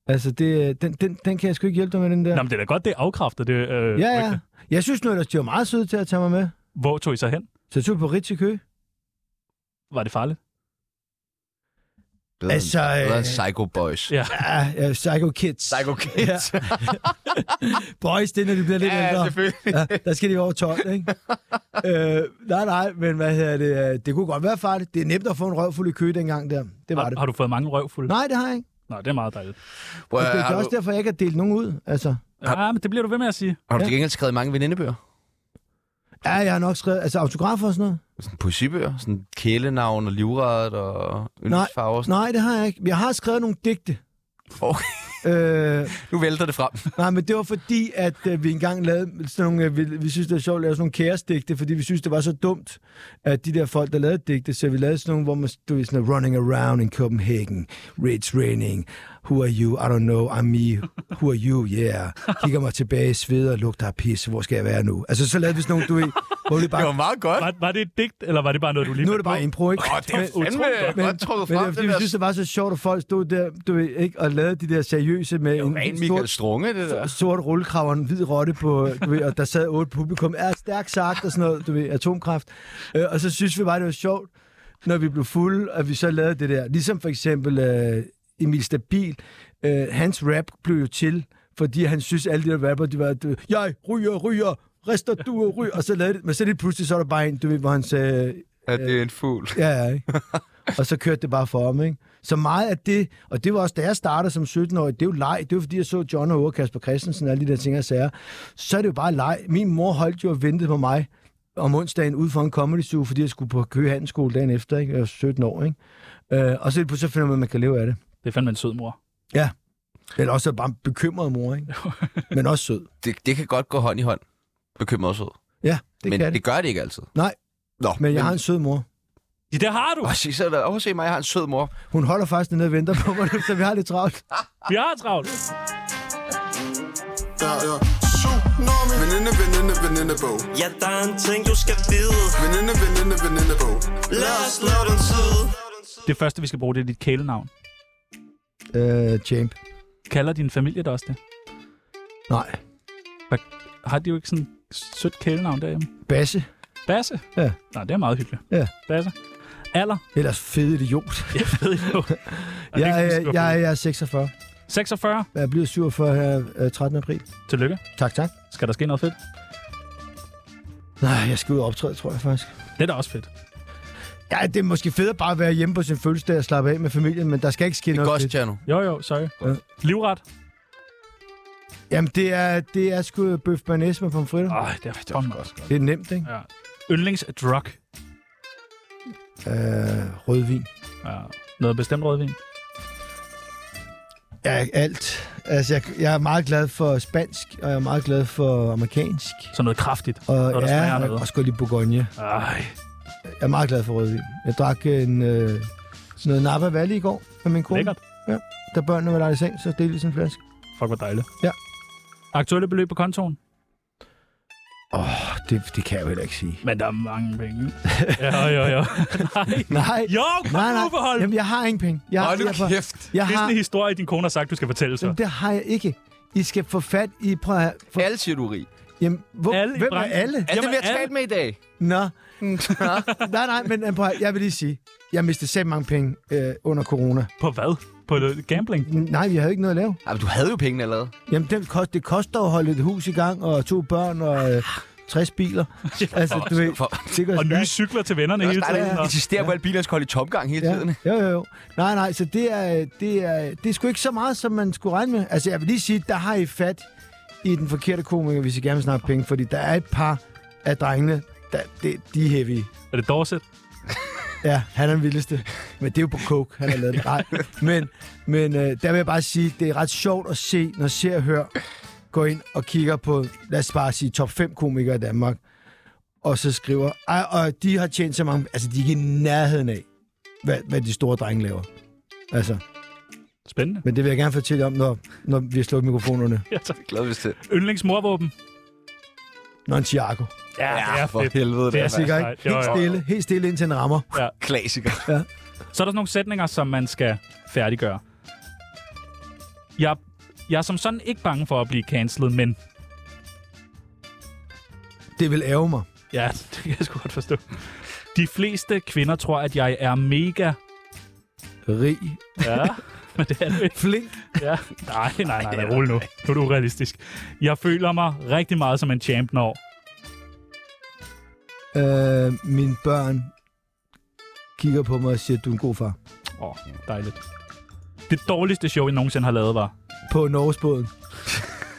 C: Altså, det, den, den, den kan jeg sgu ikke hjælpe dig med, den der.
D: Nå, men det er da godt, det er afkræftet, det øh,
C: ja,
D: rygte.
C: ja. Jeg synes nu ellers, de var meget søde til at tage mig med.
D: Hvor tog I så hen?
C: Så jeg tog på Ritz i Køge.
D: Var det farligt?
A: Bedre,
C: Altså,
A: end- bedre end
C: øh,
A: Psycho Boys.
D: Ja.
C: Ja, ja, Psycho Kids.
A: Psycho Kids. Ja,
C: Boys, det er, når de bliver lidt
A: ja,
C: ældre.
A: selvfølgelig.
C: Ja, der skal de over 12, ikke? øh, nej, nej, men hvad hedder det? øh, Det kunne godt være farligt. Det er nemt at få en røvfuld i kø dengang der. Det var
D: Har,
C: det.
D: har du fået mange røvfulde?
C: Nej, det har jeg ikke.
D: Nej, det er meget dejligt.
A: Prøv,
C: Og
A: at-
C: det, det
A: har,
C: er også
A: du,
C: derfor, jeg ikke har delt nogen ud. Altså,
D: Ja, men det bliver du ved med at sige.
A: har du til gengæld skrevet mange venindebøger?
C: ja, jeg har nok skrevet altså, autografer og sådan noget.
A: Sådan poesibøger? Sådan kælenavn og livret og yndlingsfarver? Nej,
C: Nej, det har jeg ikke. Jeg har skrevet nogle digte.
A: Okay.
C: Øh,
A: Nu vælter det frem.
C: nej, men det var fordi, at øh, vi engang lavede sådan nogle, øh, vi, vi synes, det var sjovt at lave sådan nogle kæresdigte, fordi vi synes, det var så dumt, at de der folk, der lavede digte, så vi lavede sådan nogle, hvor man stod i sådan noget, running around in Copenhagen, it's raining, who are you, I don't know, I'm me, who are you, yeah, kigger mig tilbage, sveder og lugter af pis, hvor skal jeg være nu? Altså, så lavede vi sådan nogle, du ved, hvor vi bare...
A: Det var meget godt.
D: Var, var det et digt, eller var det bare noget, du lige...
C: Nu er det bare impro, ikke?
A: Åh, det er fandme godt trukket frem,
C: men, det er, fordi
A: det
C: vi
A: der.
C: synes, det var så sjovt, at folk stod der, du ved, ikke, og lavede de der seriøse med en,
A: Ren
C: en
A: Michael
C: stor,
A: Strunge, det der.
C: sort rullekrav og en hvid rotte på, du ved, og der sad otte publikum, er stærkt sagt og sådan noget, du ved, atomkraft. Øh, og så synes vi bare, det var sjovt, når vi blev fulde, og vi så lavede det der. Ligesom for eksempel øh, Emil Stabil, øh, hans rap blev jo til, fordi han synes, alle de der rapper, de var, du, ved, jeg ryger, ryger, rester du og ryger, og så lavede det, men så lige pludselig, så er der bare en, du ved, hvor han sagde,
A: Ja, det er en fugl.
C: Ja, ja, ikke? og så kørte det bare for ham, ikke? Så meget af det, og det var også, da jeg startede som 17-årig, det er jo leg. Det er jo fordi, jeg så John og Åge og Kasper Christensen og alle de der ting og sager. Så er det jo bare leg. Min mor holdt jo og ventede på mig om onsdagen ude for en comedy zoo, fordi jeg skulle på Køge Handelsskole dagen efter, ikke? Jeg var 17 år, ikke? Øh, og så, lige pludselig så finder man, at man kan leve af det.
D: Det er fandme en sød mor.
C: Eller også er det bare en bekymret mor, ikke? Men også sød.
A: Det, det kan godt gå hånd i hånd. Bekymret sød.
C: Ja, det
A: Men
C: kan det.
A: det gør det ikke altid.
C: Nej.
A: Nå,
C: Men jeg har en sød mor.
D: Ja, det har du!
A: Åh, se, så er der... Åh, se mig, jeg har en sød mor.
C: Hun holder faktisk nede og venter på mig, så vi har lidt travlt.
D: Vi har travlt!
H: Ja, ja. Tsunami. Veninde, veninde, veninde bog.
I: Ja, der er en ting, du skal vide.
H: Veninde, veninde, veninde bog.
I: Lad os lave den tid.
D: Det første, vi skal bruge, det er dit kælenavn.
C: Øh, champ.
D: Kalder din familie dig også det?
C: Nej.
D: Har de jo ikke sådan et sødt kælenavn derhjemme?
C: Basse.
D: Basse?
C: Ja.
D: Nej, det er meget hyggeligt.
C: Ja.
D: Basse. Alder?
C: Ellers fed idiot.
D: Jeg ved jo. Og det
C: Jeg,
D: kan vi
C: jeg,
D: skubbe
C: jeg, jeg er 46.
D: 46.
C: Jeg er blevet 47 her øh, 13. april.
D: Tillykke.
C: Tak, tak.
D: Skal der ske noget fedt?
C: Nej, jeg skal ud og optræde, tror jeg faktisk.
D: Det er da også fedt.
C: Ja, det er måske fedt at bare være hjemme på sin fødselsdag og slappe af med familien, men der skal ikke ske
A: Det er
C: noget
A: godt,
C: fedt.
A: Tjerno.
D: Jo, jo, sorry.
C: Ja.
D: Livret?
C: Jamen, det er, det er sgu øh, bøf bearnaise med pomfritter.
D: Ej, det er det er godt.
C: Det er nemt, ikke?
D: Ja. Yndlingsdrug?
C: Øh, rødvin.
D: Ja. Noget bestemt rødvin?
C: Ja, alt. Altså, jeg, jeg er meget glad for spansk, og jeg er meget glad for amerikansk.
D: Så noget kraftigt?
C: Og,
D: Når der smager
C: ja,
D: noget.
C: og, og sgu lige Bourgogne.
D: Ej.
C: Jeg er meget glad for rødvin. Jeg drak en, øh, noget Napa Valley i går med min kone.
D: Lækkert.
C: Da børnene var lagt i seng, så delte vi sådan en flaske.
D: Fuck, hvor dejligt.
C: Ja.
D: Aktuelle beløb på kontoen?
C: Åh, oh, det, det kan jeg jo heller ikke sige.
D: Men der er mange penge. ja, jo, jo. Nej.
C: Nej.
D: Jo, kom
C: Nej,
D: nu,
C: nej.
D: forhold.
C: Jamen, jeg har ingen penge. Jeg,
A: Hold nu
C: jeg, får-
A: kæft.
C: jeg
D: Hvis
C: har,
D: en historie, din kone har sagt, du skal fortælle så.
C: jamen, det har jeg ikke. I skal få fat i... Prøv at, høre, for,
A: Alle siger, du er rig.
C: jamen, hvor,
D: Alle i
C: hvem er
D: branchen.
C: alle?
A: Alle
D: Jamen,
A: dem, vi har
D: alle-
A: talt med i dag.
C: Nå. nej, nej, men øhm, prøv at, høre, jeg vil lige sige, jeg mistede selv mange penge øh, under corona.
D: På hvad? På noget gambling?
C: N- Nej, vi havde ikke noget at lave.
A: Ej, men du havde jo pengene allerede.
C: Jamen, det, kost, det koster at holde et hus i gang, og to børn og øh, 60 biler. altså, du ved, det gør
D: Og nye
C: stærkt.
D: cykler til vennerne hele
A: Nej,
D: tiden.
A: der
D: og-
A: insisterer på, at bilerne skal holde i tomgang hele tiden.
C: Ja. Jo, jo, jo. Nej, nej, så det er, det, er, det er sgu ikke så meget, som man skulle regne med. Altså, jeg vil lige sige, der har I fat i den forkerte komiker, hvis I gerne vil snakke penge, fordi der er et par af drengene, der, det, de er heavy.
D: Er det Dorset?
C: Ja, han er den vildeste. Men det er jo på coke, han har lavet det. Nej. Men, men øh, der vil jeg bare sige, det er ret sjovt at se, når ser og hør går ind og kigger på, lad os bare sige, top 5 komikere i Danmark. og så skriver, Ej, og de har tjent så mange, altså de er ikke i nærheden af, hvad, hvad de store drenge laver. Altså,
D: Spændende.
C: men det vil jeg gerne fortælle jer om, når, når vi har slukket mikrofonerne.
D: Ja, tak.
A: Glad hvis det.
D: Yndlingsmorvåben.
C: Nonchiaco.
D: Ja, det er
A: for
D: fedt.
A: helvede.
D: Det
A: Det
D: er
A: er
D: sikkert.
C: Sikker,
D: Altså, nej,
C: ikke? Helt
D: det var-
C: stille, helt stille indtil en rammer.
A: klassiker.
D: Så er der sådan nogle sætninger, som man skal færdiggøre. Jeg, jeg er som sådan ikke bange for at blive cancelled, men...
C: Det vil ære mig.
D: Ja, det kan jeg sgu godt forstå. De fleste kvinder tror, at jeg er mega...
C: Rig.
D: Ja, men det er det ikke.
C: Flink.
D: Ja. Nej, nej, nej, nej, rolig nu. Nu er du realistisk. Jeg føler mig rigtig meget som en champ, når...
C: Øh, mine børn kigger på mig og siger, du er en god far.
D: Åh, oh, dejligt. Det dårligste show, jeg nogensinde har lavet, var...
C: På Norgesbåden.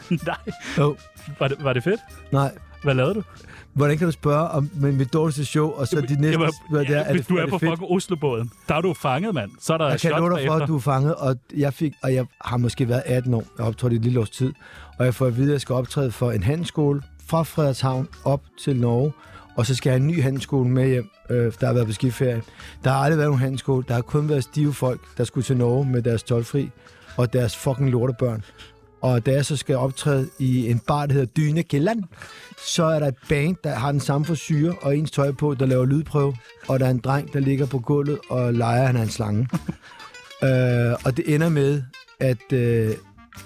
D: nej,
C: Jo. Oh.
D: var det, var det fedt?
C: Nej.
D: Hvad lavede du?
C: Hvordan kan du spørge om men mit dårligste show, og så dit næste
D: Jamen,
C: spørg, det er, er
D: hvis
C: det,
D: du er,
C: det
D: på
C: fedt?
D: fucking Oslobåden, der er du fanget, mand. Så er der
C: Jeg kan
D: shots
C: love dig for,
D: bagefter.
C: at du er fanget, og jeg, fik, og jeg har måske været 18 år. Jeg optrådte i et lille års tid. Og jeg får at vide, at jeg skal optræde for en handelsskole fra Frederikshavn op til Norge. Og så skal jeg have en ny handelsskole med hjem, øh, der har været på skiferie. Der har aldrig været nogen handelsskole. Der har kun været stive folk, der skulle til Norge med deres tolvfri og deres fucking lortebørn. Og da jeg så skal optræde i en bar, der hedder Dyne Gelland, så er der et band, der har den samme forsyre og ens tøj på, der laver lydprøve. Og der er en dreng, der ligger på gulvet og leger, at han er en slange. Øh, og det ender med, at, øh,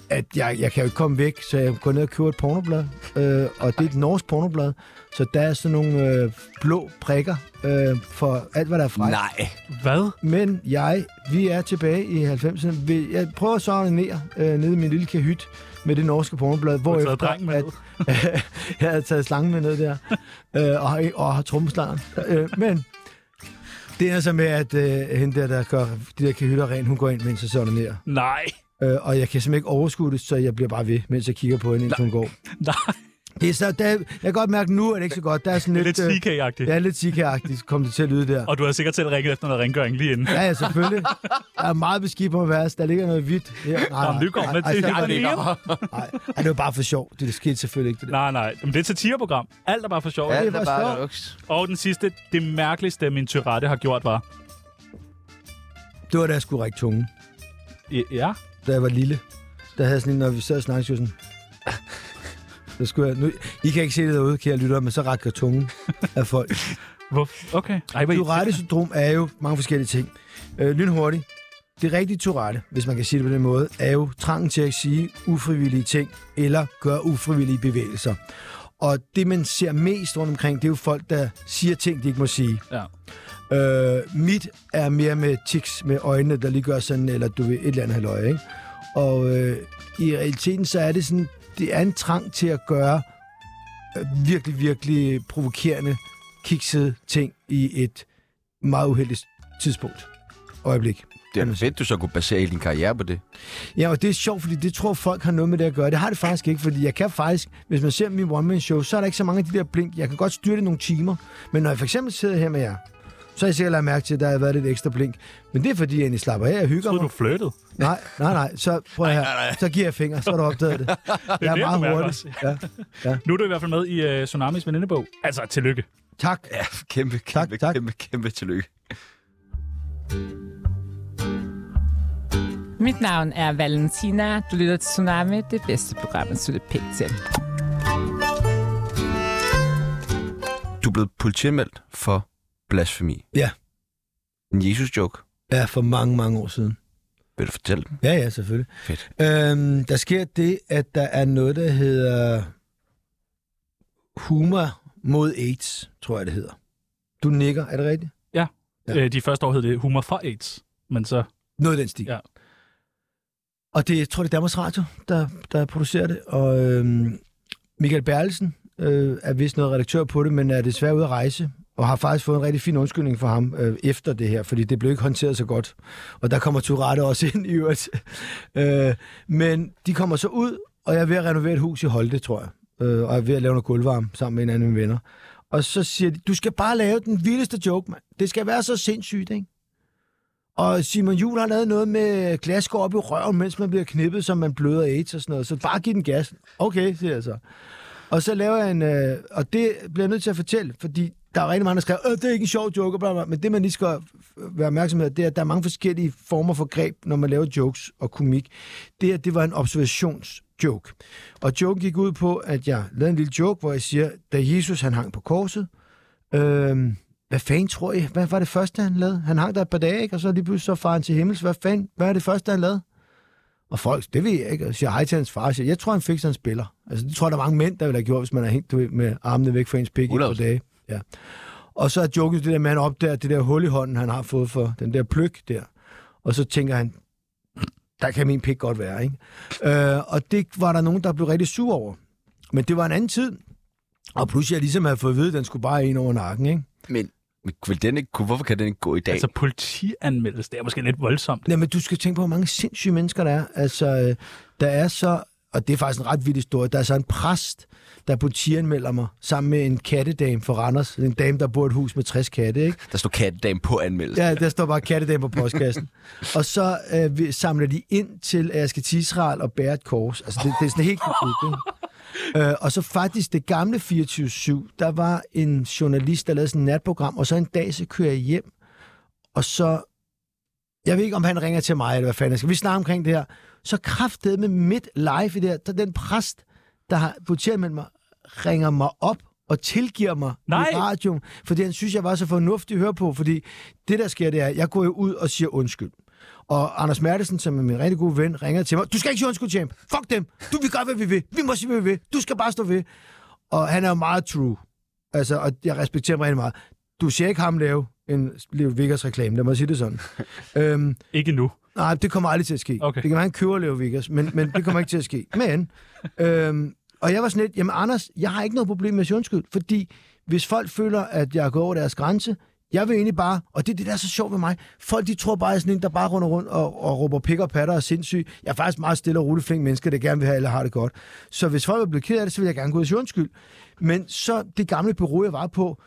C: at jeg, jeg kan jo ikke komme væk, så jeg går ned og køber et pornoblad. Øh, og det er et norsk pornoblad, så der er sådan nogle øh, blå prikker øh, for alt, hvad der er fra.
F: Nej.
D: Hvad?
C: Men jeg, vi er tilbage i 90'erne. Vi- Jeg prøver så at ordinere øh, nede i min lille kahyt med det norske pornoblad, hvor
D: taget drengen med
C: at, jeg havde taget slangen med ned der, øh, og, har- og har trommeslangen. Øh, men det er så med, at øh, hende der, der gør de der kahytter rent, hun går ind, mens jeg så ordinerer.
D: Nej.
C: Øh, og jeg kan simpelthen ikke overskue det, så jeg bliver bare ved, mens jeg kigger på hende, indtil hun går.
D: Nej.
C: Det er så, der, jeg kan godt mærke, at nu er det ikke så godt. Der er sådan
D: Det er
C: lidt...
D: lidt sneaky-agtigt.
C: øh, ja, lidt sika-agtigt kom det til at lyde der.
D: Og du har sikkert selv ringet efter noget rengøring lige inden.
C: Ja, ja, selvfølgelig. Der er meget beskidt på værelse. Der ligger noget hvidt. Ja, nej, nej,
D: Nå, men det kommer
C: nej,
D: til.
C: altså,
D: Det
C: nej,
D: kommer
C: det-
D: hjem.
C: nej, nej, det var bare for sjov. Det skete selvfølgelig ikke. Det der.
D: Nej, nej. Men det er et satireprogram. Alt er bare for sjov.
A: Ja,
D: Ja.
A: det er
C: var
A: bare
C: sjovt.
A: luks.
D: Og den sidste, det mærkeligste, min Tyrette har gjort, var...
C: Det var da jeg skulle række tungen,
D: Ja.
C: da jeg var lille. Der havde jeg sådan en, når vi sad og snakkede, så var jeg sådan... Så skulle jeg, nu, I kan ikke se det derude, kære lytter, men så rækker jeg tungen af folk.
D: Hvor? Okay. Ej, hvor
C: Tourette syndrom er jo mange forskellige ting. Øh, lynhurtigt. Det rigtige Tourette, hvis man kan sige det på den måde, er jo trangen til at sige ufrivillige ting eller gøre ufrivillige bevægelser. Og det, man ser mest rundt omkring, det er jo folk, der siger ting, de ikke må sige.
D: Ja.
C: Øh, mit er mere med tics, med øjnene, der lige gør sådan, eller du ved, et eller andet halvøje, ikke? Og øh, i realiteten, så er det sådan, det er en trang til at gøre øh, virkelig, virkelig provokerende, kiksede ting i et meget uheldigt tidspunkt. Øjeblik.
F: Det er da fedt, du så kunne basere hele din karriere på det.
C: Ja, og det er sjovt, fordi det tror folk har noget med det at gøre. Det har det faktisk ikke, fordi jeg kan faktisk, hvis man ser min one-man-show, så er der ikke så mange af de der blink. Jeg kan godt styre det nogle timer, men når jeg for eksempel sidder her med jer, så har jeg sikkert lagt mærke til, at der har været lidt ekstra blink. Men det er fordi, jeg egentlig slapper af og hygger
D: troede,
C: mig.
D: du flirtede.
C: Nej, nej, nej. Så prøv her. Så giver jeg fingre, så har du opdaget det. Jeg er
D: det, du mærker
C: meget hurtig.
D: også.
C: Ja.
D: Nu er du i hvert fald med i uh, Tsunamis venindebog. Altså, tillykke.
C: Tak.
A: Ja, kæmpe,
C: Tak,
A: kæmpe,
C: tak.
A: kæmpe, kæmpe tillykke.
J: Mit navn er Valentina. Du lytter til Tsunami, det bedste program, at slutte pænt til.
A: Du er blevet politianmeldt for blasfemi.
C: Ja.
A: En Jesus-joke.
C: Ja, for mange, mange år siden.
A: Vil du fortælle den?
C: Ja, ja, selvfølgelig.
A: Fedt.
C: Øhm, der sker det, at der er noget, der hedder humor mod AIDS, tror jeg, det hedder. Du nikker, er det rigtigt? Ja.
D: Ja. Øh, De første år hed det Humor for AIDS. Men så...
C: Noget i den stil.
D: Ja.
C: Og det jeg tror det er Danmarks Radio, der, der producerer det. Og øhm, Michael Berlesen øh, er vist noget redaktør på det, men er desværre ude at rejse. Og har faktisk fået en rigtig fin undskyldning for ham øh, efter det her, fordi det blev ikke håndteret så godt. Og der kommer Tourette også ind i øvrigt. Øh, men de kommer så ud, og jeg er ved at renovere et hus i Holte, tror jeg. Øh, og jeg er ved at lave noget gulvvarme sammen med en anden af mine venner. Og så siger de, du skal bare lave den vildeste joke, mand. Det skal være så sindssygt, ikke? Og Simon Juhl har lavet noget med glaskår op i røven, mens man bliver knippet, så man bløder AIDS og sådan noget. Så bare giv den gas. Okay, siger jeg så. Og så laver jeg en... Øh, og det bliver jeg nødt til at fortælle, fordi der er rigtig mange, der skriver, øh, det er ikke en sjov joke, bla, bla. men det, man lige skal f- være opmærksom på, det er, at der er mange forskellige former for greb, når man laver jokes og komik. Det her, det var en observationsjoke. Og joken gik ud på, at jeg lavede en lille joke, hvor jeg siger, da Jesus han hang på korset, øh, hvad fanden tror I? Hvad var det første, han lavede? Han hang der et par dage, ikke? og så lige pludselig så far han til himmels. Hvad fanden? Hvad er det første, han lavede? Og folk, det ved jeg ikke, og siger hej til hans far. Jeg, siger, jeg tror, han fik sig en spiller. Altså, det tror jeg, der er mange mænd, der ville have gjort, hvis man havde hængt du ved, med armene væk fra ens pik i et par dage. Ja. Og så er joken det der, man opdager det der hul i hånden, han har fået for den der pløk der. Og så tænker han, der kan min pik godt være, ikke? Øh, og det var der nogen, der blev rigtig sur over. Men det var en anden tid. Og pludselig jeg ligesom havde fået at vide, at den skulle bare ind over nakken, ikke?
A: Men, men vil den ikke, kunne- hvorfor kan den ikke gå i dag?
D: Altså politianmeldelse, det er måske lidt voldsomt.
C: Nej, men du skal tænke på, hvor mange sindssyge mennesker der er. Altså, øh, der er så, og det er faktisk en ret vild historie, der er så en præst, der politianmelder mig, sammen med en kattedame fra Randers. En dame, der bor i et hus med 60 katte, ikke?
A: der står kattedagen på anmeldelsen.
C: Ja, der står bare kattedame på postkassen. og så øh, vi- samler de ind til, at jeg skal til Israel og bære et kors. Altså, det, det er sådan helt konkret, ikke? Øh, og så faktisk det gamle 24-7, der var en journalist, der lavede sådan et natprogram, og så en dag, så kører jeg hjem, og så... Jeg ved ikke, om han ringer til mig, eller hvad fanden jeg skal. Vi snakker omkring det her. Så kraftede med midt live i det her, der den præst, der har porteret med mig, ringer mig op og tilgiver mig
D: Nej.
C: i radioen, fordi han synes, jeg var så fornuftig at høre på, fordi det, der sker, det er, jeg går jo ud og siger undskyld. Og Anders Mertelsen, som er min rigtig gode ven, ringer til mig. Du skal ikke sige undskyld, champ. Fuck dem. Du vil gøre, hvad vi vil. Vi må sige, hvad vi vil. Du skal bare stå ved. Og han er jo meget true. Altså, og jeg respekterer mig rigtig meget. Du ser ikke ham lave en Leo Vickers reklame, lad mig sige det sådan. øhm,
D: Ikke nu.
C: nej, det kommer aldrig til at ske.
D: Okay.
C: Det kan være, han køber Leo Vickers, men, men det kommer ikke til at ske. Men, øhm, og jeg var sådan lidt, jamen Anders, jeg har ikke noget problem med at sige undskyld, fordi hvis folk føler, at jeg går over deres grænse, jeg vil egentlig bare, og det er det, der er så sjovt ved mig, folk de tror bare, jeg er sådan en, der bare runder rundt og, og råber pik og patter og er sindssyg. Jeg er faktisk meget stille og rolig flink menneske, der gerne vil have, eller har det godt. Så hvis folk er blevet ked af det, så vil jeg gerne gå ud og sige undskyld. Men så det gamle bureau, jeg var på,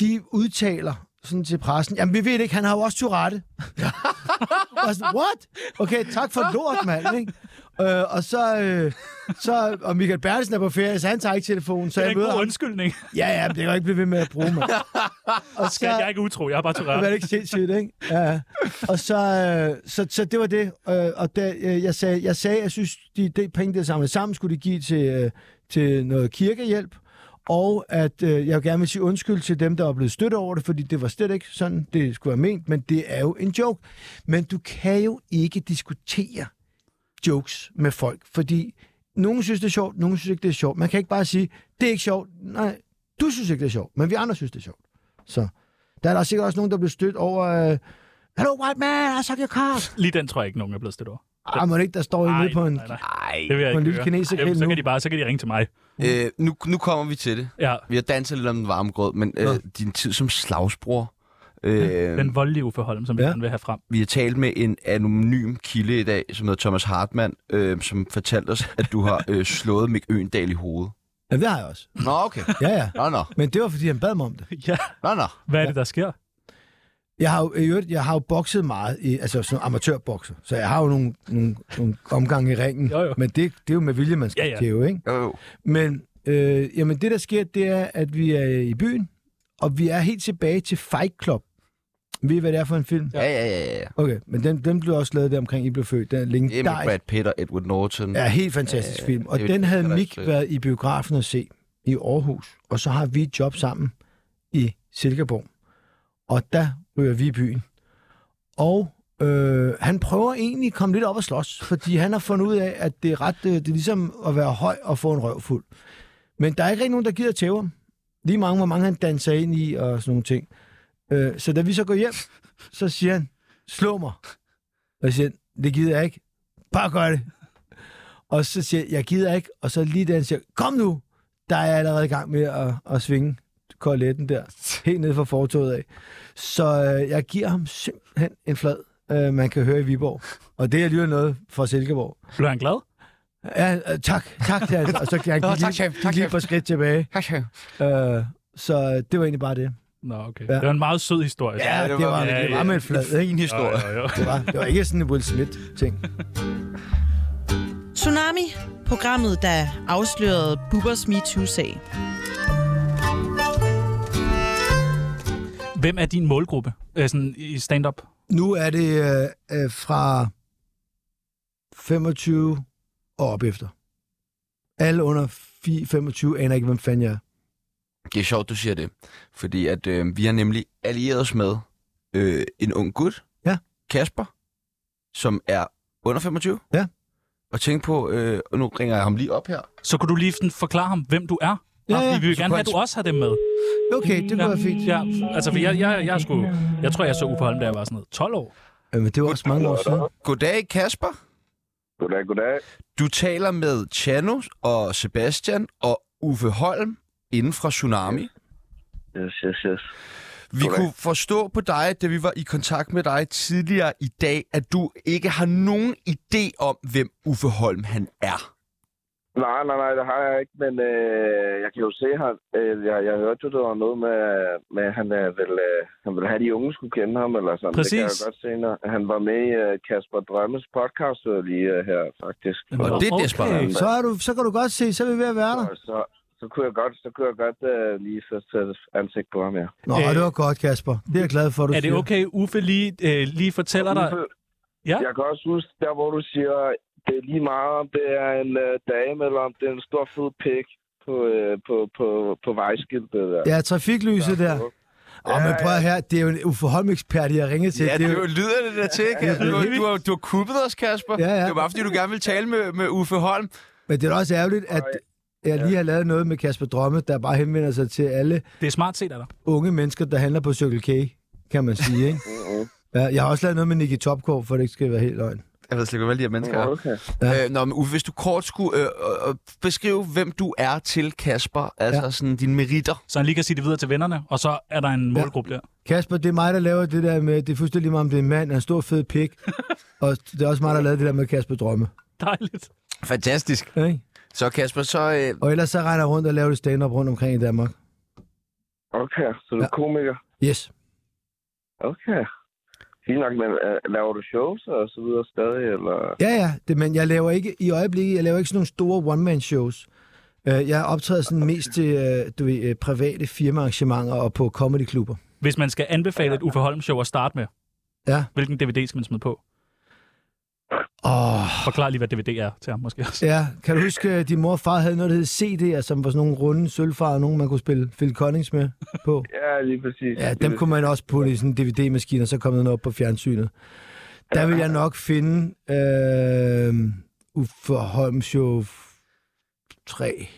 C: de udtaler sådan til pressen, jamen vi ved det ikke, han har jo også Tourette. og sådan, what? Okay, tak for lort, mand, ikke? Øh, og så, øh, så, og Michael Bertelsen er på ferie, så han tager ikke telefonen, så
D: Det er
C: jeg
D: ikke
C: møder
D: god
C: ham.
D: undskyldning.
C: Ja, ja, men det kan jeg ikke blive ved med at bruge, mand. Og
D: Skat, jeg er ikke utro, jeg er bare
C: det
D: Tourette.
C: var det ikke sindssygt, ikke? Ja, ja. Og så, øh, så, så det var det. Øh, og da, øh, jeg, sagde, jeg sagde, jeg synes, de, de penge, der samlet sammen, skulle de give til, øh, til noget kirkehjælp. Og at øh, jeg gerne vil sige undskyld til dem, der er blevet støttet over det, fordi det var slet ikke sådan, det skulle være ment, men det er jo en joke. Men du kan jo ikke diskutere jokes med folk, fordi nogen synes, det er sjovt, nogen synes ikke, det er sjovt. Man kan ikke bare sige, det er ikke sjovt. Nej, du synes ikke, det er sjovt, men vi andre synes, det er sjovt. Så der er der sikkert også nogen, der bliver stødt over... Øh, Hello, white man, I suck your cock.
D: Lige den tror jeg ikke, nogen er blevet stødt over.
C: Ah, må det ikke, der står en
D: Ej,
C: nede på en...
D: nej, nej.
A: Nej.
D: Det vil jeg
C: På en
D: ikke
C: lille
D: høre.
C: kineser
D: Jamen,
C: kan
D: så
C: nu.
D: kan de bare så kan de ringe til mig.
A: Øh, nu, nu kommer vi til det.
D: Ja,
A: Vi har danset lidt om den varme grød, men øh, din tid som slagsbror. Øh,
D: den voldelige Uffe Holm, som vi
C: Ja.
D: gerne vil have frem.
A: vi har talt med en anonym kilde i dag, som hedder Thomas Hartmann, øh, som fortalte os, at du har øh, slået Mick Øendal i hovedet.
C: Ja, det har jeg også.
A: Nå, okay.
C: Ja, ja.
A: Nå, nå.
C: Men det var, fordi han bad mig om det.
D: Ja,
A: Nå, nå.
D: hvad er det, der sker?
C: Jeg har jo, i øvrigt, jeg har jo bokset meget, i, altså sådan amatørbokser, så jeg har jo nogle, nogle, nogle omgange i ringen.
D: Jo, jo.
C: Men det, det er jo med vilje, man skal
D: Ja, ja.
C: kæve, ikke?
A: Jo, jo.
C: Men øh, jamen, det, der sker, det er, at vi er i byen, og vi er helt tilbage til Fight Club. Ved I, hvad det er for en film?
A: Ja, ja, ja. ja.
C: Okay, men den, den blev også lavet der omkring, I blev født. Den er
A: Det er med
C: legendarisk.
A: Brad Pitt og Edward Norton.
C: Ja, helt fantastisk film. Og
A: Øh, det er
C: den
A: jo-
C: havde
A: den er
C: Mik
A: ikke-
C: været i biografen at se i Aarhus. Og så har vi et job sammen i Silkeborg. Og der ryger vi i byen. Og øh, han prøver egentlig at komme lidt op og slås, fordi han har fundet ud af, at det er, ret, øh, det er ligesom at være høj og få en røvfuld. Men der er ikke rigtig nogen, der gider tæve ham. Lige mange, hvor mange han danser ind i og sådan nogle ting. Øh, så da vi så går hjem, så siger han, slå mig. Og jeg siger, det gider jeg ikke. Bare gør det. Og så siger jeg, jeg gider ikke. Og så lige da han siger, kom nu, der er jeg allerede i gang med at, at svinge koletten der, helt ned fra fortoget af. Så øh, jeg giver ham simpelthen en flad, øh, man kan høre i Viborg. Og det er alligevel noget fra Silkeborg.
D: Blev han glad?
C: Ja, øh, tak, tak. siger han. Og så kan han gik lige, tak, tak, lige et par skridt tilbage. Tak, øh, så det var egentlig bare det.
D: Nå, okay.
C: Ja.
D: Det var en meget sød historie.
C: Ja, det var,
D: ja,
C: det
D: ja.
C: var med en flad, ikke?
A: Din historie.
D: Jo, jo, jo.
C: Det var, det var ikke sådan en Will Smith-ting.
K: Tsunami Programmet, der afslørede Bubbers MeToo-sag.
D: Hvem er din målgruppe øh, sådan i stand-up?
C: Nu er det øh, øh, fra 25 og op efter. Alle under fi- 25 aner ikke, hvem fanden jeg er.
A: Det er sjovt, du siger det. Fordi at øh, vi har nemlig allieret os med øh, en ung gut,
C: Ja.
A: Kasper, som er under 25.
C: Ja.
A: Og tænk på, øh, og nu ringer jeg ham lige op her.
D: Så kunne du lige sådan forklare ham, hvem du er?
C: Ja,
D: Ja,
C: ja.
D: ja. Vi vil
A: Så
D: gerne
A: kunne
D: have, at
A: han-
D: du også har dem med.
C: Okay, det kunne være fint.
D: Ja, altså for jeg, jeg, jeg, skulle, jeg tror, jeg så Uffe Holm, da jeg var sådan noget 12 år.
C: Jamen, det var også mange år siden.
A: Goddag, Kasper.
L: Goddag, goddag.
A: Du taler med Chano og Sebastian og Uffe Holm inden fra Tsunami.
L: Yes, yes, yes.
A: Vi
L: Goddag.
A: kunne forstå på dig, da vi var i kontakt med dig tidligere i dag, at du ikke har nogen idé om, hvem Uffe Holm han er.
L: Nej, nej, nej, det har jeg ikke, men øh, jeg kan jo se, han, øh, jeg, jeg hørte jo, der var noget med, med at han, øh, vil, øh, han ville have, at de unge skulle kende ham, eller sådan. Det kan jeg
D: Præcis.
L: jo godt se, når han var med i øh, Kasper Drømmes podcast øh, lige øh, her, faktisk.
D: Nå, Og det er okay. desperat.
C: Så, er du, så kan du godt se, så er vi ved at være der.
L: Og så, så kunne jeg godt, så kunne jeg godt øh, lige så sætte ansigt på ham, ja.
C: Nå,
D: Øh,
C: det var godt, Kasper. Det er jeg glad for, du
D: Er det
C: siger.
D: okay, Uffe lige, øh, lige fortæller dig?
L: Uffe,
D: Ja.
L: Jeg kan også huske, der hvor du siger, det er lige meget, om det er en øh, dame, eller om det er en stor fed pik på, øh, på, på, på vejskiltet. Der.
C: Ja, trafiklyset der. Åh, men prøv at her, det er jo en Uffe Holm-ekspert, jeg har ringet til.
A: Ja, det, jo lyder det der til, Kasper. Du, du, har, du har kuppet os, Kasper.
C: Ja, ja.
A: Det var bare, fordi du gerne ville tale med, med Uffe Holm.
C: Men det er da også ærgerligt, at jeg lige har lavet noget med Kasper Drømme, der bare henvender sig til alle
D: Det er smart set af dig.
C: unge mennesker, der handler på Circle K, kan man sige, ikke? Ja, jeg har også lavet noget med Nicky Topgaard, for det ikke skal være helt løgn.
A: Jeg ved slet ikke, hvad de her mennesker er.
L: Okay.
C: Ja.
A: Øh, nå, men Uffe, hvis du kort skulle øh, øh, øh, beskrive, hvem du er til, Kasper. Altså
C: Ja.
A: ja. sådan dine meritter.
D: Så han lige kan sige det videre til vennerne, og så er der en målgruppe der.
C: Kasper, det er mig, der laver det der med, det er fuldstændig lige meget, om det er en mand, han er en stor fed pik, og det er også mig, der lavede det der med Kasper Drømme.
D: Dejligt.
A: Fantastisk.
C: Ikke?
A: Så Kasper, så... Øh,
C: Og ellers så regner jeg rundt og laver det stand-up rundt omkring i Danmark.
L: Okay, så du er komiker.
C: Yes.
L: Okay. Fint nok, men øh, laver du shows og så videre stadig, eller?
C: Ja, ja, det, men jeg laver ikke, i øjeblikket, jeg laver ikke sådan nogle store one-man-shows. Øh, Jeg optræder sådan mest til øh, du ved, øh, private firmaarrangementer og på comedyklubber.
D: Hvis man skal anbefale et Uffe Holm-show at starte med,
C: Ja.
D: hvilken DVD skal man smide på?
C: Åh,
D: Forklar lige, hvad DVD er til ham måske også.
C: Ja, kan du huske, at din mor og far havde noget, der hed CD'er, som var sådan nogle runde sølvfarer, nogle man kunne spille Phil Collins med på?
L: Ja, lige præcis.
C: Ja,
L: Lige
C: dem kunne man også putte i sådan en DVD-maskine, og så kom den op på fjernsynet. Der vil jeg nok finde øh, Uffe Holm Show 3.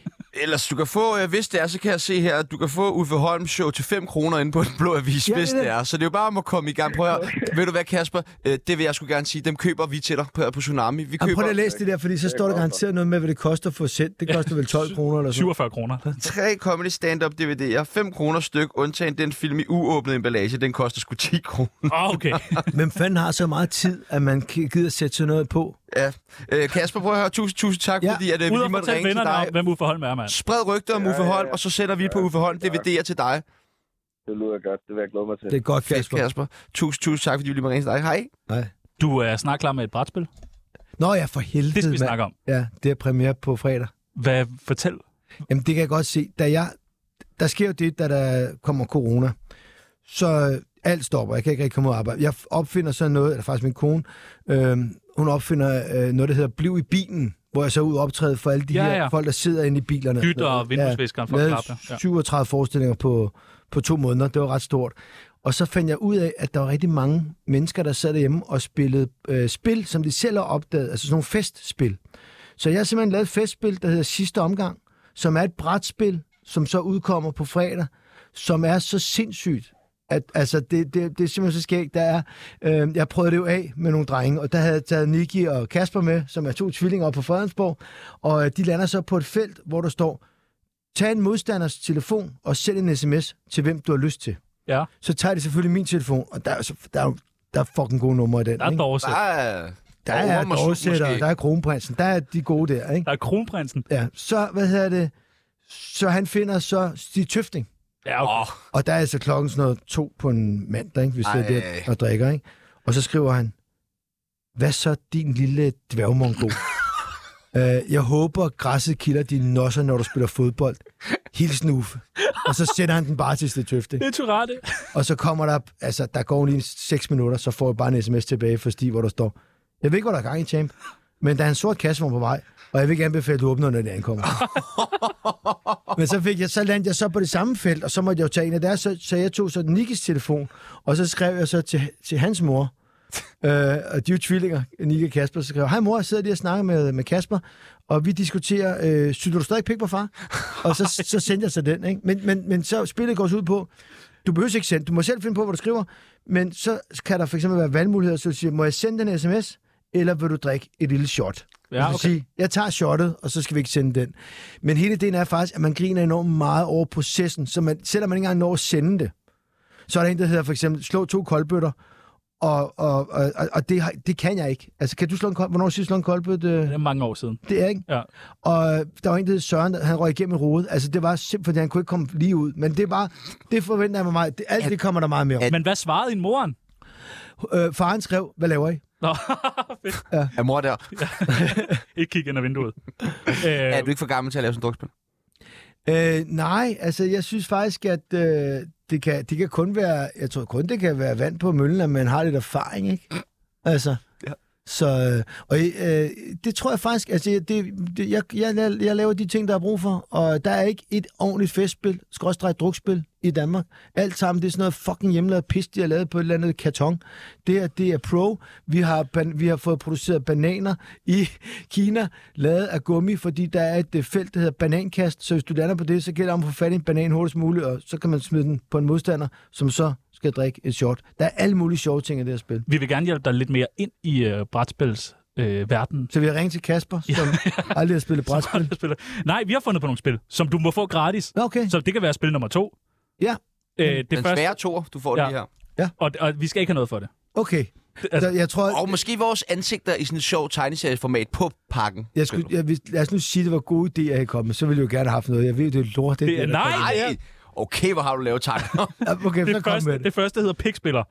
A: ellers, du kan få... Øh, hvis det er, så kan jeg se her, at du kan få Uffe Holms show til 5 kroner inde på Den Blå Avis,
C: Ja,
A: ja,
C: det er
A: hvis
C: det.
A: det er. Så det er jo bare om at komme i gang. Prøv at, Ved du hvad, Kasper? Øh, det vil jeg skulle gerne sige. Dem køber vi til dig på, på Tsunami. Vi
C: Jamen, Ah, prøv
A: køber
C: lige at læse det der, fordi så står der garanteret noget med, hvad det koster at få sendt. Det koster vel 12 kroner eller sådan
D: 47 kroner.
A: tre comedy stand-up DVD'er, 5 kroner styk, undtagen den film i uåbnet emballage. Den koster sgu 10 kroner.
D: Ah, okay.
C: Hvem fanden har så meget tid, at man k- gider sætte sådan noget på?
A: Ja. Øh, Kasper, prøv at høre. Tusind, tusind tak,
C: Ja.
A: fordi at, øh, vi
D: Ud
A: lige
D: og
A: måtte
D: fortæl
A: ringe til
D: vennerne
A: dig.
D: om, hvem Uffe Holm er, mand.
A: Spred rygter om Uffe Holm, og så sender vi på Uffe Holm DVD'er til dig.
L: Det lyder godt, det vil jeg glæde mig til.
C: Det er godt,
A: Fedt,
C: Kasper.
A: Kasper. Tusind, tusind tak, fordi vi lige måtte ringe til dig. Hej.
C: Nej.
D: Du er snart klar med et brætspil.
C: Nå ja, for helvede,
D: Det skal vi
C: mand.
D: snakke om.
C: Ja, det er premiere på fredag.
D: Hvad, fortæl.
C: Jamen, det kan jeg godt se. Da jeg, der sker jo det, da der kommer corona. Så øh, alt stopper. Jeg kan ikke rigtig komme ud og arbejde. Jeg opfinder sådan noget, eller faktisk min kone, øh, hun opfinder øh, noget, der hedder Bliv i bilen, hvor jeg så er ud og optræde for alle de ja,
D: Ja,
C: her ja.
D: ja.
C: folk, der sidder inde i bilerne.
D: Dyt og vinduesviskeren for at
C: lavede
D: klappe. Ja.
C: 37 forestillinger på, på to måneder. Det var ret stort. Og så fandt jeg ud af, at der var rigtig mange mennesker, der sad derhjemme og spillede øh, spil, som de selv har opdaget. Altså sådan nogle festspil. Så jeg har simpelthen lavet et festspil, der hedder Sidste Omgang, som er et brætspil, som så udkommer på fredag, som er så sindssygt. At, altså, det, det, det er simpelthen så skægt. Der er, øh, jeg prøvede det jo af med nogle drenge, og der havde jeg taget Niki og Kasper med, som er to tvillinger op på Fredensborg, og øh, de lander så på et felt, hvor der står, tag en modstanders telefon og send en sms til, hvem du har lyst til.
D: Ja,
C: Så tager de selvfølgelig min telefon, og der er, jo så- der er, jo- der er fucking gode numre i den.
D: der er
C: ikke?
D: Dorset.
A: Hej.
C: der er
A: Overmorgen,
C: dårsætter,
A: måske.
C: der er kronprinsen, der er de gode der, ikke?
D: Der er kronprinsen.
C: Ja, så, hvad hedder det, så han finder så Stig Tøfting.
D: Ja, okay.
C: Og der er altså klokken sådan noget to på en mandag, ikke? vi sidder
A: Ej.
C: der og drikker. Ikke? Og så skriver han, hvad så din lille dværgmongol? Øh, jeg håber, græsset kilder dine nosser, når du spiller fodbold. Hilsen Uffe. Og så sender han den bare til Sted Tøfte.
D: Det er Turate.
C: Og så kommer der, altså der går lige 6 minutter, så får jeg bare en sms tilbage fra Stig, hvor der står, jeg ved ikke, hvor der er gang i, champ, men der er en sort kassevogn på vej, og jeg vil ikke anbefale, at du åbner, når det ankommer. men så, fik jeg, så landede jeg så på det samme felt, og så måtte jeg jo tage en af deres, så, så jeg tog så Nikkes telefon, og så skrev jeg så til, til hans mor, Øh, og de er jo tvillinger, Nikke og Kasper, så skriver, hej mor, jeg sidder lige og snakker med, med Kasper, og vi diskuterer, øh, synes du stadig pik på far? og så, så sendte jeg så den, ikke? Men, men, men så spillet går så ud på, du behøver ikke sende, du må selv finde på, hvad du skriver, men så kan der for eksempel være valgmuligheder, så du siger, må jeg sende den sms, eller vil du drikke et lille shot?
D: Ja,
C: Så
D: okay.
C: sige, jeg tager shottet, og så skal vi ikke sende den. Men hele ideen er faktisk, at man griner enormt meget over processen, så man, selvom man ikke engang når at sende det, så er der en, der hedder for eksempel, slå to koldbøtter, og, og, og, og- og det, har- det kan jeg ikke. Altså, kan du slå en kold... Hvornår sidst slå en koldbøt? øh?
D: Det er mange år siden.
C: Det er jeg ikke.
D: Ja.
C: Og der var en, der hed Søren, der- han røg igennem i rodet. Altså, det var simpelthen, fordi han kunne ikke komme lige ud. Men det var... Det forventer jeg mig meget. Det, alt det kommer der meget mere om.
D: Men hvad svarede din moren?
C: Øh, faren skrev, hvad laver I?
D: Nå,
A: Er mor der?
D: ikke kigge ind ad vinduet.
A: Er du ikke for gammel til at lave sådan et drukspil?
C: Øh, nej, altså, jeg synes faktisk, at øh, det, kan, det kan kun være... Jeg tror kun, det kan være vand på møllen, at man har lidt erfaring, ikke? Altså...
A: Ja.
C: Så, øh, og øh, det tror jeg faktisk, altså det, det, jeg, jeg, la- jeg laver de ting, der er brug for, og der er ikke et ordentligt festspil, skråstrej drukspil i Danmark. Alt sammen, det er sådan noget fucking hjemmelavet pis, de har lavet på et eller andet karton. Det her, det er pro. Vi har, ban- vi har fået produceret bananer i Kina, lavet af gummi, fordi der er et øh, felt, der hedder banankast, så hvis du lander på det, så gælder det om at få fat i en banan hurtigst muligt, og så kan man smide den på en modstander, som så skal drikke et shot. Der er alle mulige sjove ting i det her spil.
D: Vi vil gerne hjælpe dig lidt mere ind i øh, brætspils øh, verden.
C: Så vi har ringet til Kasper, som aldrig har spillet brætspil.
D: Nej, vi har fundet på nogle spil, som du må få gratis.
C: Okay.
D: Så det kan være spil nummer to.
C: Ja.
D: Øh, det
A: Den
D: første-
A: svære toer, du får ja.
D: Ja.
A: lige her.
D: Og, og vi skal ikke have noget for det.
C: Okay.
D: altså-
C: Så jeg tror,
A: Og måske vores ansigter i sådan et sjovt tegneserieformat på pakken.
C: jeg skulle, jeg, hvis- lad os nu sige, at det var gode idéer, jeg kom med. Så ville jeg jo gerne have haft noget. Jeg ved, det er lort. Det,
D: Det er-
C: der
D: nej,
C: kom.
D: det er-
A: Ej, okay, hvor har du lavet tanker.
C: Ja, Okay, så
D: det,
C: kom med
D: første,
C: det.
D: det første hedder pikspiller.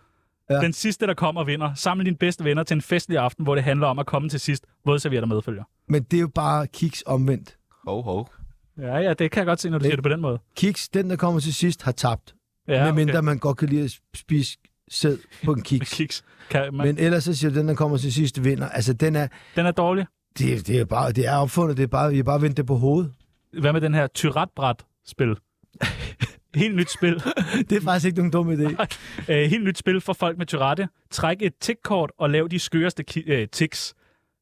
C: Ja.
D: Ja. Den sidste, der kommer og vinder. Samle dine bedste venner til en festlig aften, hvor det handler om at komme til sidst. Vådservietter medfølger.
C: Men det er jo bare kiks omvendt.
A: Hov, hov.
D: Ja, ja, det kan jeg godt se, når du siger det på den måde.
C: Kiks, den der kommer til sidst, har tabt.
D: Ja,
C: Ja, Medmindre man godt kan lide at spise sæd på en kiks.
D: Kiks. Kan man...
C: Men ellers så siger du, den, der kommer til sidst, vinder. Altså, den er,
D: Den er dårlig.
C: det, er- det er bare, det er opfundet. Det er bare, vi har bare vendt det på hovedet.
D: Hvad med den her Tyratbræt-spil? helt nyt spil.
C: Det er faktisk ikke nogen dum idé.
D: Øh, helt nyt spil for folk med Tourette. Træk et tikkort og lav de skøreste ki- øh, tiks.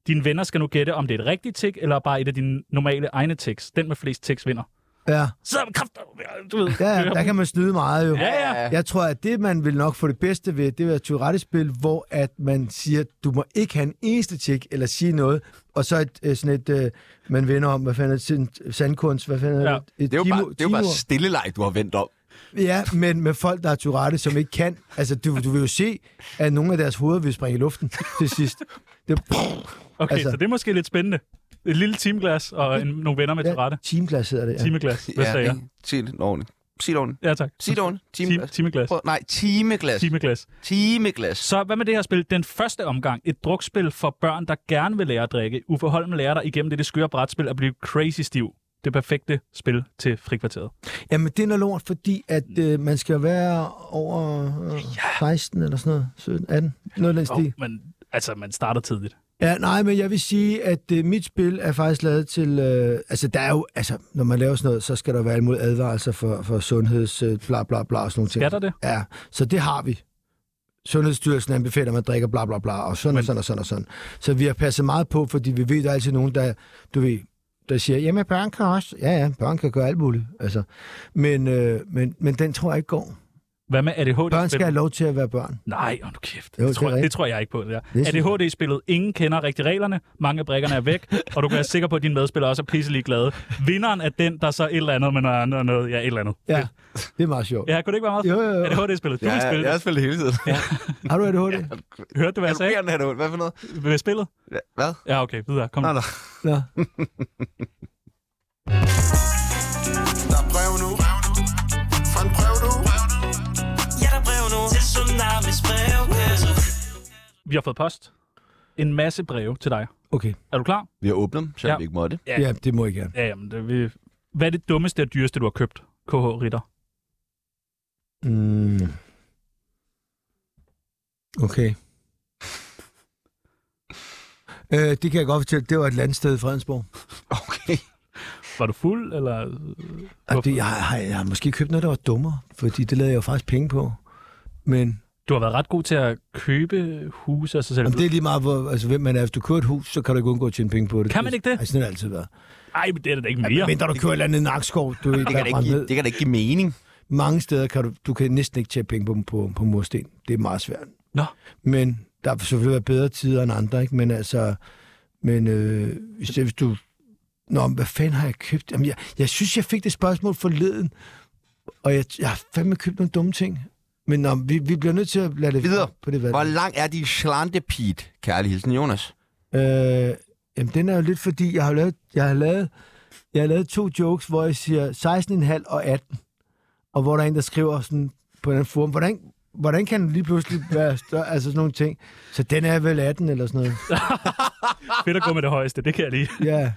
D: Dine venner skal nu gætte, om det er et rigtigt tik, eller bare et af dine normale egne tiks. Den med flest tiks vinder.
C: Ja,
D: Så kraft, du ved.
C: ja der kan man snyde meget jo.
D: Ja, ja.
C: Jeg tror, at det, man vil nok få det bedste ved, det vil være et Tourette-spil, hvor at man siger, du må ikke have en eneste tjek eller sige noget, og så et, øh, sådan et, øh, man vender om, hvad fanden er det, sådan et sandkunst, hvad fanden er
D: Ja.
C: det? Et
A: Det er jo bare,
C: timo-
A: det er jo bare
C: timo-
A: stille leg, du har vendt om.
C: Ja, men med folk, der er Tourette, som ikke kan. Altså, du, du vil jo se, at nogle af deres hoveder vil springe i luften til sidst. Det er altså-
D: Okay, altså... så det er måske lidt spændende. Et lille teamglas og en, nogle venner med Tourette.
C: teamglas hedder det, ja.
D: Timeglas, hvad sagde jeg?
A: ikke? Sig det ordentligt. Sig det ordentligt.
D: Ja, tak.
A: Sig det ordentligt.
D: Time-
A: Timeglas.
D: Timeglas.
A: Prøv- Nej, timeglas.
D: Timeglas.
A: Timeglas.
D: Så hvad med det her spil? Den første omgang, et drukspil for børn, der gerne vil lære at drikke. Uffe Holm lærer dig igennem det skøre brætspil at blive crazy stiv. Det perfekte spil til frikvarteret.
C: Jamen, det er noget lort, fordi at øh, man skal være over øh, 16 eller sådan noget, 17, 18, noget af den stil.
D: Oh, men altså, man starter tidligt.
C: Ja, nej, men jeg vil sige, at øh, mit spil er faktisk lavet til... Øh, altså, der er jo... Altså, når man laver sådan noget, så skal der være imod advarelser for, for sundheds... Øh, bla, bla, bla og sådan nogle ting.
D: Skal der det?
C: Ja, så det har vi. Sundhedsstyrelsen anbefaler, at man drikker bla, bla, bla, og sådan og sådan og sådan og sådan. Så vi har passet meget på, fordi vi ved, der er altid nogen, der... Du ved, der siger, jamen børn kan også... Ja, ja, børn kan gøre alt muligt. Altså. Men, øh, men, men den tror jeg ikke går.
D: Hvad med ADHD?
C: Børn skal have lov til at være børn.
D: Nej, åh nu kæft.
C: Jo, det
D: Jo, det,
C: er
D: tror, jeg-
C: rigtigt.
D: det tror jeg ikke på, det der.
C: synes jeg.
D: ADHD-spillet, ingen kender rigtig reglerne, mange af brikkerne er væk, og du kan være sikker på, at dine medspillere også er pisselig glade. Vinderen er den, der så et eller andet med noget andet og noget, ja, et eller andet.
C: Ja, det er meget sjovt.
D: Ja, kunne det ikke være meget?
C: Jo, jo, jo.
D: ADHD-spillet, du vil spille det.
A: spillet hele tiden. Ja.
C: Har du ADHD?
D: Hørte du, hvad jeg
A: Altså,
D: sagde
A: jeg det Hvad for noget?
D: ved spillet?
A: Ja, Hvad?
D: Ja, okay, videre. Kom.
A: Nå, nå.
C: Nå.
H: Der er brev nu. Fra en brev nu.
I: Ja, der er brev nu til Tsunamis brevkasse.
D: Vi har fået post. en masse breve til dig.
C: Okay.
D: Er du klar?
A: Vi har åbnet dem, selvom
D: Ja.
A: vi ikke måtte.
C: Ja, det må jeg gerne.
D: Ja, jamen, det, vi... Hvad er det dummeste og dyreste, du har købt, KH Ritter?
C: Mm. Okay. Øh, det kan jeg godt fortælle. Det var et landsted i Fredensborg.
A: Okay.
D: Var du fuld, eller...
C: Og det, jeg, har, jeg har måske købt noget, der var dummere, fordi det lavede jeg jo faktisk penge på. Men
D: Du har været ret god til at købe huse og så selv.
C: om det er lige meget, hvor, altså, hvem man er. Hvis du kører et hus, så kan du ikke undgå at tjene penge på det.
D: Kan man ikke det?
C: Altså, sådan har det altid været.
D: Ej, men det er det da ikke mere.
C: Ja, mindre du kører et eller andet i Nakskov, du, det,
A: kan da ikke give- det kan da ikke give mening.
C: Mange steder kan du, du kan næsten ikke tjene penge på, på, på mursten. Det er meget svært.
D: Nå.
C: Men der vil selvfølgelig være bedre tider end andre, ikke? Men altså, men øh, hvis, hvis du... Nå, men hvad fanden har jeg købt? Jamen, jeg, jeg synes, jeg fik det spørgsmål forleden, og jeg, jeg har fandme købt nogle dumme ting. Men nå, vi, vi bliver nødt til at lade det
A: Videre.
C: på det valg.
A: Hvor lang er din slantepit? Kærlig hilsen, Jonas.
C: Øh, jamen, den er jo lidt fordi, jeg har lavet, jeg har lavet, jeg har lavet to jokes, hvor jeg siger 16,5 og 18. Og hvor der er en, der skriver sådan på den forum, hvordan, hvordan kan den lige pludselig være større? altså sådan nogle ting. Så den er vel 18 eller sådan noget.
D: Fedt at gå med det højeste, det kan jeg lige.
C: Ja.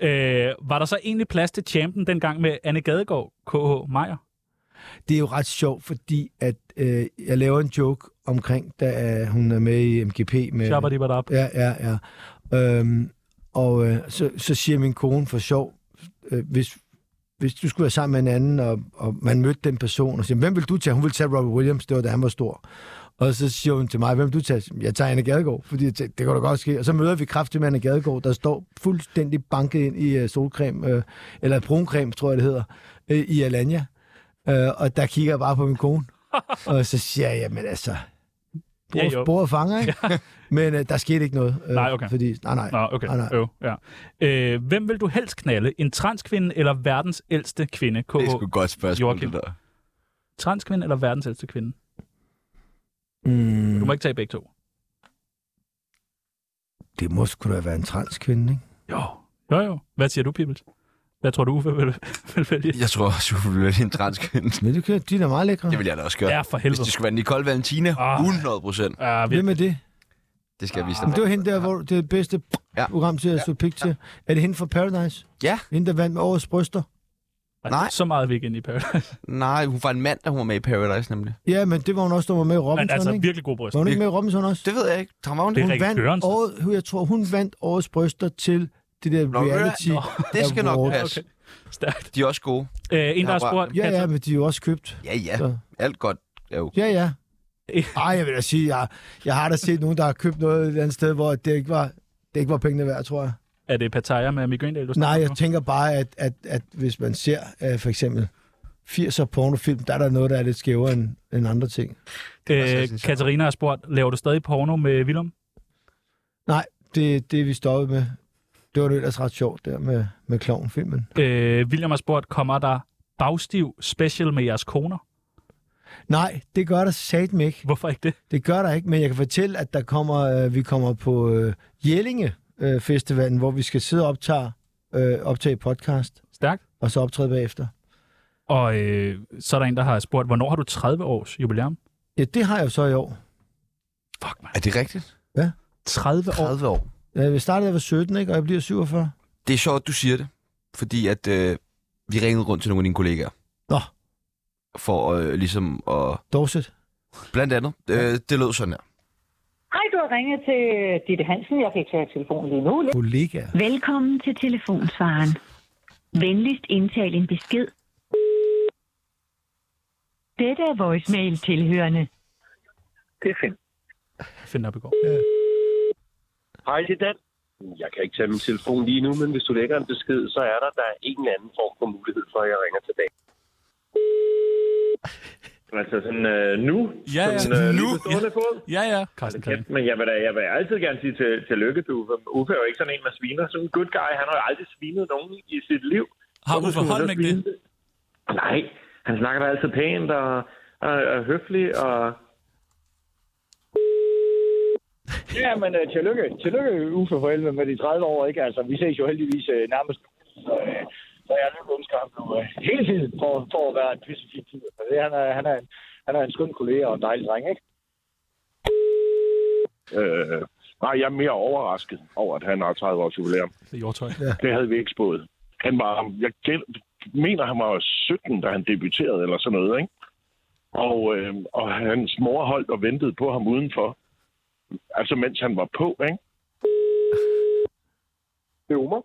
D: Øh, var der så egentlig plads til champen dengang med Anne Gadegaard, KH Meier?
C: Det er jo ret sjovt, fordi at øh, jeg laver en joke omkring, da øh, hun er med i MGP. Med,
D: Shabadibadab.
C: Øh, Ja, ja, ja. Øhm, og øh, så, så siger min kone for sjov, øh, hvis, hvis du skulle være sammen med en anden, og, og man mødte den person, og siger, hvem vil du tage? Hun vil tage Robert Williams, det var da han var stor. Og så siger hun til mig, hvem vil du tage? Jeg tager Anne Gadegaard, fordi jeg tænkte, det kan da godt ske. Og så møder vi kraftig Anne Gadegaard, der står fuldstændig banket ind i øh, solcreme, øh, eller bruncreme, tror jeg det hedder, øh, i Alanya. Øh, og der kigger jeg bare på min kone, og så siger jeg, jamen altså,
D: Ja,
C: bord,
D: jo.
C: ja, bord og fanger, ikke? Men øh, der skete ikke noget. Øh,
D: Nej, okay.
C: Fordi, nej, nej.
D: Nå, okay.
C: nej, nej.
D: Øv, ja. øh, hvem vil du helst knalde? En transkvinde eller verdens ældste kvinde? KH
A: Det er sgu et godt spørgsmål,
D: Joachim.
A: det der.
D: Transkvinde eller verdens ældste kvinde?
C: Mm,
D: Du må ikke tage begge to.
C: Det må sgu da være en transkvinde, ikke?
D: Jo. Jo, jo. Hvad siger du, Pibels? Hvad tror du, Uffe vil, vil vælge?
A: Jeg tror også, du vil vælge en transkvinde.
C: Men det kan, de er da meget lækre.
A: Det vil jeg da også gøre.
D: Ja, for
A: Hvis
D: helvede.
A: det skulle være Nicole Valentina,
D: Ah.
A: 100 procent.
D: Ja, vi...
C: Hvem er det?
A: Det skal jeg vise
C: Jamen,
A: dig.
C: det var hende der, hvor det er det bedste
A: Ja.
C: program til at stå pik til. Er det hende fra Paradise?
A: Ja.
C: Hende, der vandt med årets bryster?
D: Nej.
A: Nej.
D: Så meget er vi ikke inde i Paradise.
A: Nej, hun var en mand, der hun var med i Paradise nemlig.
C: Ja, men det var hun også, der var med i
D: Men
C: Robinson,
D: altså,
C: ikke?
D: virkelig god bryst.
C: Var hun ikke med i Robinson også?
A: Det ved jeg ikke. Tom, var hun
D: Det er
A: det?
C: Hun
D: Rikke
C: vandt
D: Gørensen.
C: året, jeg tror, hun vandt årets bryster til det der
A: Nå,
C: reality.
A: nå, Det skal nok
C: award.
A: passe.
D: Stærkt.
A: De er også gode.
D: Øh, en,
A: har
D: der har spurgt...
C: Ja, ja, men de er jo også købt.
A: Ja, ja.
C: Så.
A: Alt godt. er jo.
C: Ja, ja. Ej, jeg vil da sige, jeg, jeg har da set nogen, der har købt noget et eller andet sted, hvor det ikke var, det ikke var pengene værd, tror jeg.
D: Er det Pattaya med Mikke Øndal, du
C: Nej,
D: snakker
C: jeg
D: om?
C: tænker bare, at, at, at hvis man ser uh, for eksempel 80'er pornofilm, der er der noget, der er lidt skævere end, end andre ting.
D: Øh, Katarina har spurgt, laver du stadig porno med Willem?
C: Nej, det det er vi stoppet med. Det var det ellers ret sjovt der med, med klovnfilmen.
D: Øh, William har spurgt, kommer der bagstiv special med jeres koner?
C: Nej, det gør der satme ikke.
D: Hvorfor ikke det?
C: Det gør der ikke, men jeg kan fortælle, at der kommer, øh, vi kommer på øh, Jellinge øh, Festivalen, hvor vi skal sidde og optage, øh, optage podcast,
D: Stærkt.
C: og så optræde bagefter.
D: Og øh, så er der en, der har spurgt, hvornår har du 30 års jubilæum?
C: Ja, det har jeg jo så i år.
D: Fuck, man.
A: Er det rigtigt?
D: 30 år.
A: 30 år.
C: Jeg startede, da jeg var 17, ikke? og jeg bliver 47.
A: Det er sjovt, du siger det. Fordi at øh, vi ringede rundt til nogle af dine kollegaer.
C: Nå.
A: For øh, ligesom at...
C: Dorset.
A: Blandt andet. Øh, det lød sådan her.
M: Hej, du har ringet til Ditte Hansen. Jeg kan ikke tage telefonen lige nu.
C: Kollega.
N: Velkommen til telefonsvaren. Venligst indtal en besked. Dette er voicemail tilhørende.
O: Det er fint.
D: Find op i går.
O: Hej, det er Dan. Jeg kan ikke tage min telefon lige nu, men hvis du lægger en besked, så er der, der er en eller anden form for mulighed for, at jeg ringer tilbage.
E: Altså sådan øh, nu?
O: Ja, ja.
E: sådan, øh,
O: Nu?
E: Ja, ja. ja.
D: Carsten
E: Kæft, men jeg vil, da, jeg vil altid gerne sige til, tillykke til Uffe. Uffe er jo ikke sådan en, man sviner. Sådan en good guy, han har jo aldrig svinet nogen i sit liv.
P: Har
E: Hvorfor
P: Uffe
E: skulle han
P: Holm
E: så
P: ikke
E: svine Nej, han snakker da altid pænt og, og, og høflig og...
Q: Ja, men uh, tillykke, tillykke Uffe for helvede med de 30 år, ikke? Altså, vi ses jo heldigvis uh, nærmest. Så, uh, så jeg nok ønsker ham nu uh, hele tiden for, for at være en pissefin tid. Altså, det, han, er, han, er en, han er en skøn kollega og en dejlig dreng, ikke?
E: Øh, Nej, jeg er mere overrasket over, at han har 30 års jubilæum.
D: Det er jordtøj.
E: Ja. Det havde vi ikke spået. Han var, jeg gæld, mener, han var 17, da han debuterede eller sådan noget, ikke? Og, øh, og hans mor holdt og ventede på ham udenfor. Altså, mens han var på, ikke? Det er Omar.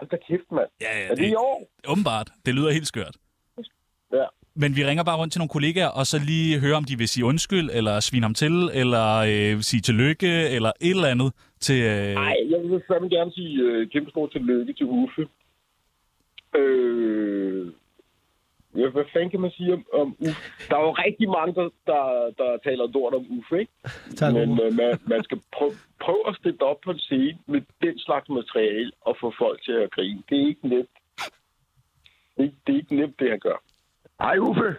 E: Hold da kæft, mand.
D: Ja, ja,
E: er det, i år?
D: Åbenbart. Det lyder helt skørt.
E: Ja.
D: Men vi ringer bare rundt til nogle kollegaer, og så lige hører, om de vil sige undskyld, eller svine ham til, eller øh, sige tillykke, eller et eller andet til... Øh...
E: Nej, jeg vil fandme gerne sige øh, kæmpe stor tillykke til Uffe. Øh, ja, hvad fanden kan man sige om, om Uffe? Der er jo rigtig mange, der, der, der taler lort om Uffe, ikke?
C: Tak,
E: Men øh, man, man skal prøve, prøve at stille op på en scene med den slags materiale og få folk til at grine. Det er ikke nemt. Det, er ikke- det er ikke nemt, det han gør.
P: Hej Uffe,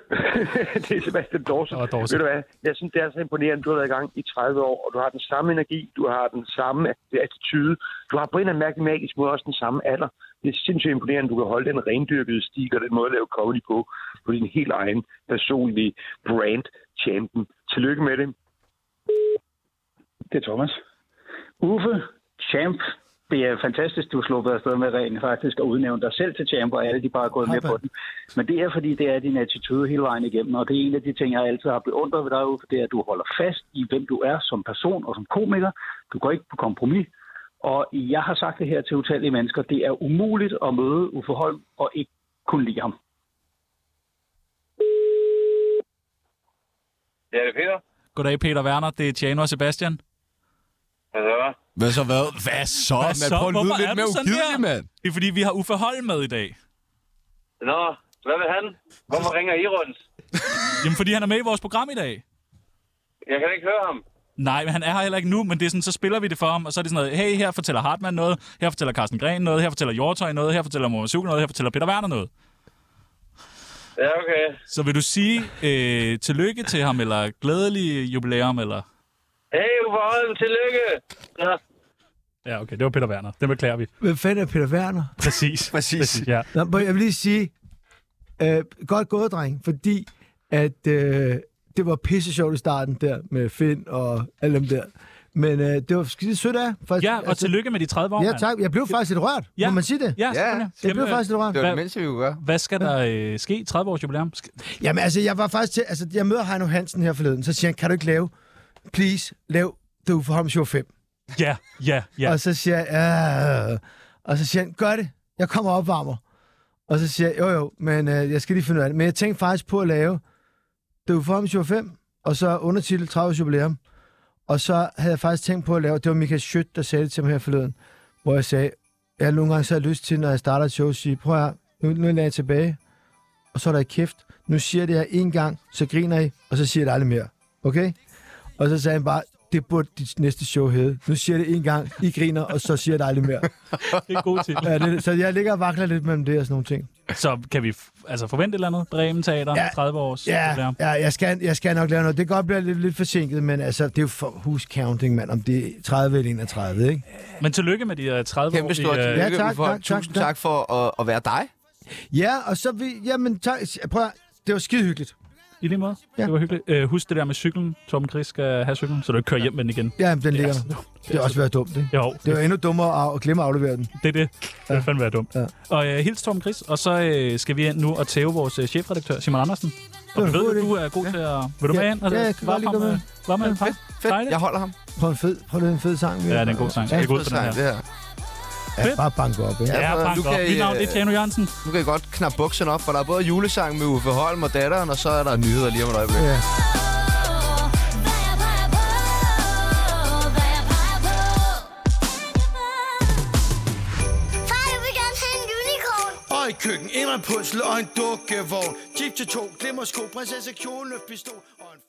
P: det er Sebastian Dorsen.
D: Og
P: Ved du hvad, jeg synes, det er så imponerende, du har været i gang i 30 år, og du har den samme energi, du har den samme attitude, du har på en eller anden mærkelig magisk måde også den samme alder. Det er sindssygt imponerende, du kan holde den rendyrkede stil og den måde at lave comedy på, på din helt egen personlige brand champion. Tillykke med det.
R: Det er Thomas. Uffe, champ. Det er fantastisk, du er sluppet afsted med rent faktisk at udnævne dig selv til champ, og alle de bare er gået med på den. Men det er, fordi det er din attitude hele vejen igennem, og det er en af de ting, jeg altid har beundret ved dig, Uffe, det er, at du holder fast i, hvem du er som person og som komiker. Du går ikke på kompromis. Og jeg har sagt det her til utallige mennesker, det er umuligt at møde Uffe Holm og ikke kunne lide ham.
S: Ja, det er Peter.
D: Goddag, Peter Werner. Det er Tjano og Sebastian.
S: Hvad så?
D: Hvad så hvad? Hvad så,
S: mand? Prøv at lyde
D: Hvorfor
S: lidt
D: er du
S: mere
D: sådan
S: ugidelig,
D: der?
S: mand.
D: Det er, fordi vi har Uffe Holm med i dag.
S: Nå, hvad vil han? Hvorfor ringer I rundt?
D: Jamen, fordi han er med i vores program i dag.
S: Jeg kan ikke høre ham.
D: Nej, men han er her heller ikke nu, men det er sådan, så spiller vi det for ham, og så er det sådan noget, hey, her fortæller Hartmann noget, her fortæller Carsten Gren noget, her fortæller Hjortøj noget, her fortæller Morten Cykel noget, her fortæller Peter Werner noget.
S: Ja, okay.
D: Så vil du sige øh, tillykke til ham, eller glædelig jubilæum, eller...
S: Hey, Uffe Holm, tillykke. Nå,
D: Ja, okay, det var Peter Werner. Det beklager vi.
C: Hvem fanden er Peter Werner?
D: Præcis. Præcis. Ja.
C: Nå, men jeg vil lige sige, øh, godt gået, dreng, fordi at, øh, det var pisse sjovt i starten der med Finn og alle dem der. Men øh, det var skide sødt af. Faktisk, Altså,
D: Ja, og tillykke med de 30 år,
C: Ja,
D: mand.
C: tak. Jeg blev faktisk lidt rørt. Ja.
D: Ja.
C: Må man sige det?
D: Ja, øh, selvfølgelig.
C: Jeg
D: Kæmpe-
C: blev faktisk lidt rørt.
D: Det var det Hvad- mindste,
A: vi kunne gøre.
D: Hvad skal der øh, ske? 30 års jubilæum? Sk-
C: Jamen altså, jeg var faktisk til, altså, jeg møder Heino Hansen her forleden, så siger han, kan du ikke lave, please, lav The Uffe Holm Show 5.
D: Ja, ja, ja.
C: Og så siger jeg, "Øh." og så siger han, gør det, jeg kommer og opvarmer. Og så siger jeg, jo jo, men øh, jeg skal lige finde ud af det. Men jeg tænkte faktisk på at lave The Uffe Holm Show 5, og så undertitel 30 års jubilæum. Og så havde jeg faktisk tænkt på at lave, det var Michael Schødt, der sagde det til mig her forleden, hvor jeg sagde, jeg nogle gange så har jeg lyst til, når jeg starter et show, at sige, prøv at høre, nu, nu lader jeg tilbage, og så er der ikke kæft. Nu siger jeg det her en gang, så griner I, og så siger jeg det aldrig mere. Okay? Og så sagde han bare, det burde dit næste show hedde. Nu siger jeg det en gang, I griner, og så siger jeg det aldrig mere.
D: Det er en god titel.
C: Ja, det, så jeg ligger og vakler lidt mellem det og sådan nogle ting.
D: Så kan vi f- altså forvente et eller andet? Bremen Teater, ja. 30 års
C: Ja,
D: jubilæum.
C: ja jeg, skal, jeg skal nok lave noget. Det kan godt blive lidt, lidt forsinket, men altså, det er jo for who's counting, mand, om det er 30 eller 31, ikke?
D: Men tillykke med de øh, 30 år.
A: Kæmpe stort
D: i, øh,
A: tillykke, ja, tak, Uffe. Tak, Tusind tak, tak for at, at være dig.
C: Ja, og så vi... Jamen, tak, prøv at, det var skide hyggeligt.
D: I lige måde. Ja. Det var hyggeligt. Øh, husk det der med cyklen. Torben Chris skal have cyklen, så du ikke kører hjem med den igen.
C: Ja, jamen, den ligger der. Det har også været dumt, ikke?
D: Jo,
C: Det var endnu dummere at, at glemme at aflevere den.
D: det er det. Det vil fandme være dumt. Ja. Og øh, hils Torben Chris, og så øh, skal vi ind nu og tæve vores øh, chefredaktør, Simon Andersen. Og vi
C: Det var
D: ved,
C: en
D: at du er god til at... Vil du
C: Ja.
D: med ind? og
C: Ja,
D: det-
C: jeg kan godt lige
D: varme
C: gå med.
D: ham, øh, varme ham, tak. Dejligt.
A: ham.
C: Prøv en fed, prøv lige en fed sang. vi
D: Ja,
C: har.
D: det er en god sang. Jeg er god til den her.
C: Ja, bare banke op, ikke?
D: Ja, bank op. Mit navn,
A: øh,
D: det er Tjano Jørgensen.
A: Nu kan I godt knappe bukserne op, for der er både julesang med Uffe Holm og datteren, og så er der nyheder lige om et øjeblik.
C: Ja.
T: Far, jeg vil gerne have en unicorn.
B: Og et køkken, en repulsel og en dukkevogn. Chip til to, glimmer sko, prinsesse kjole, løft pistol og en...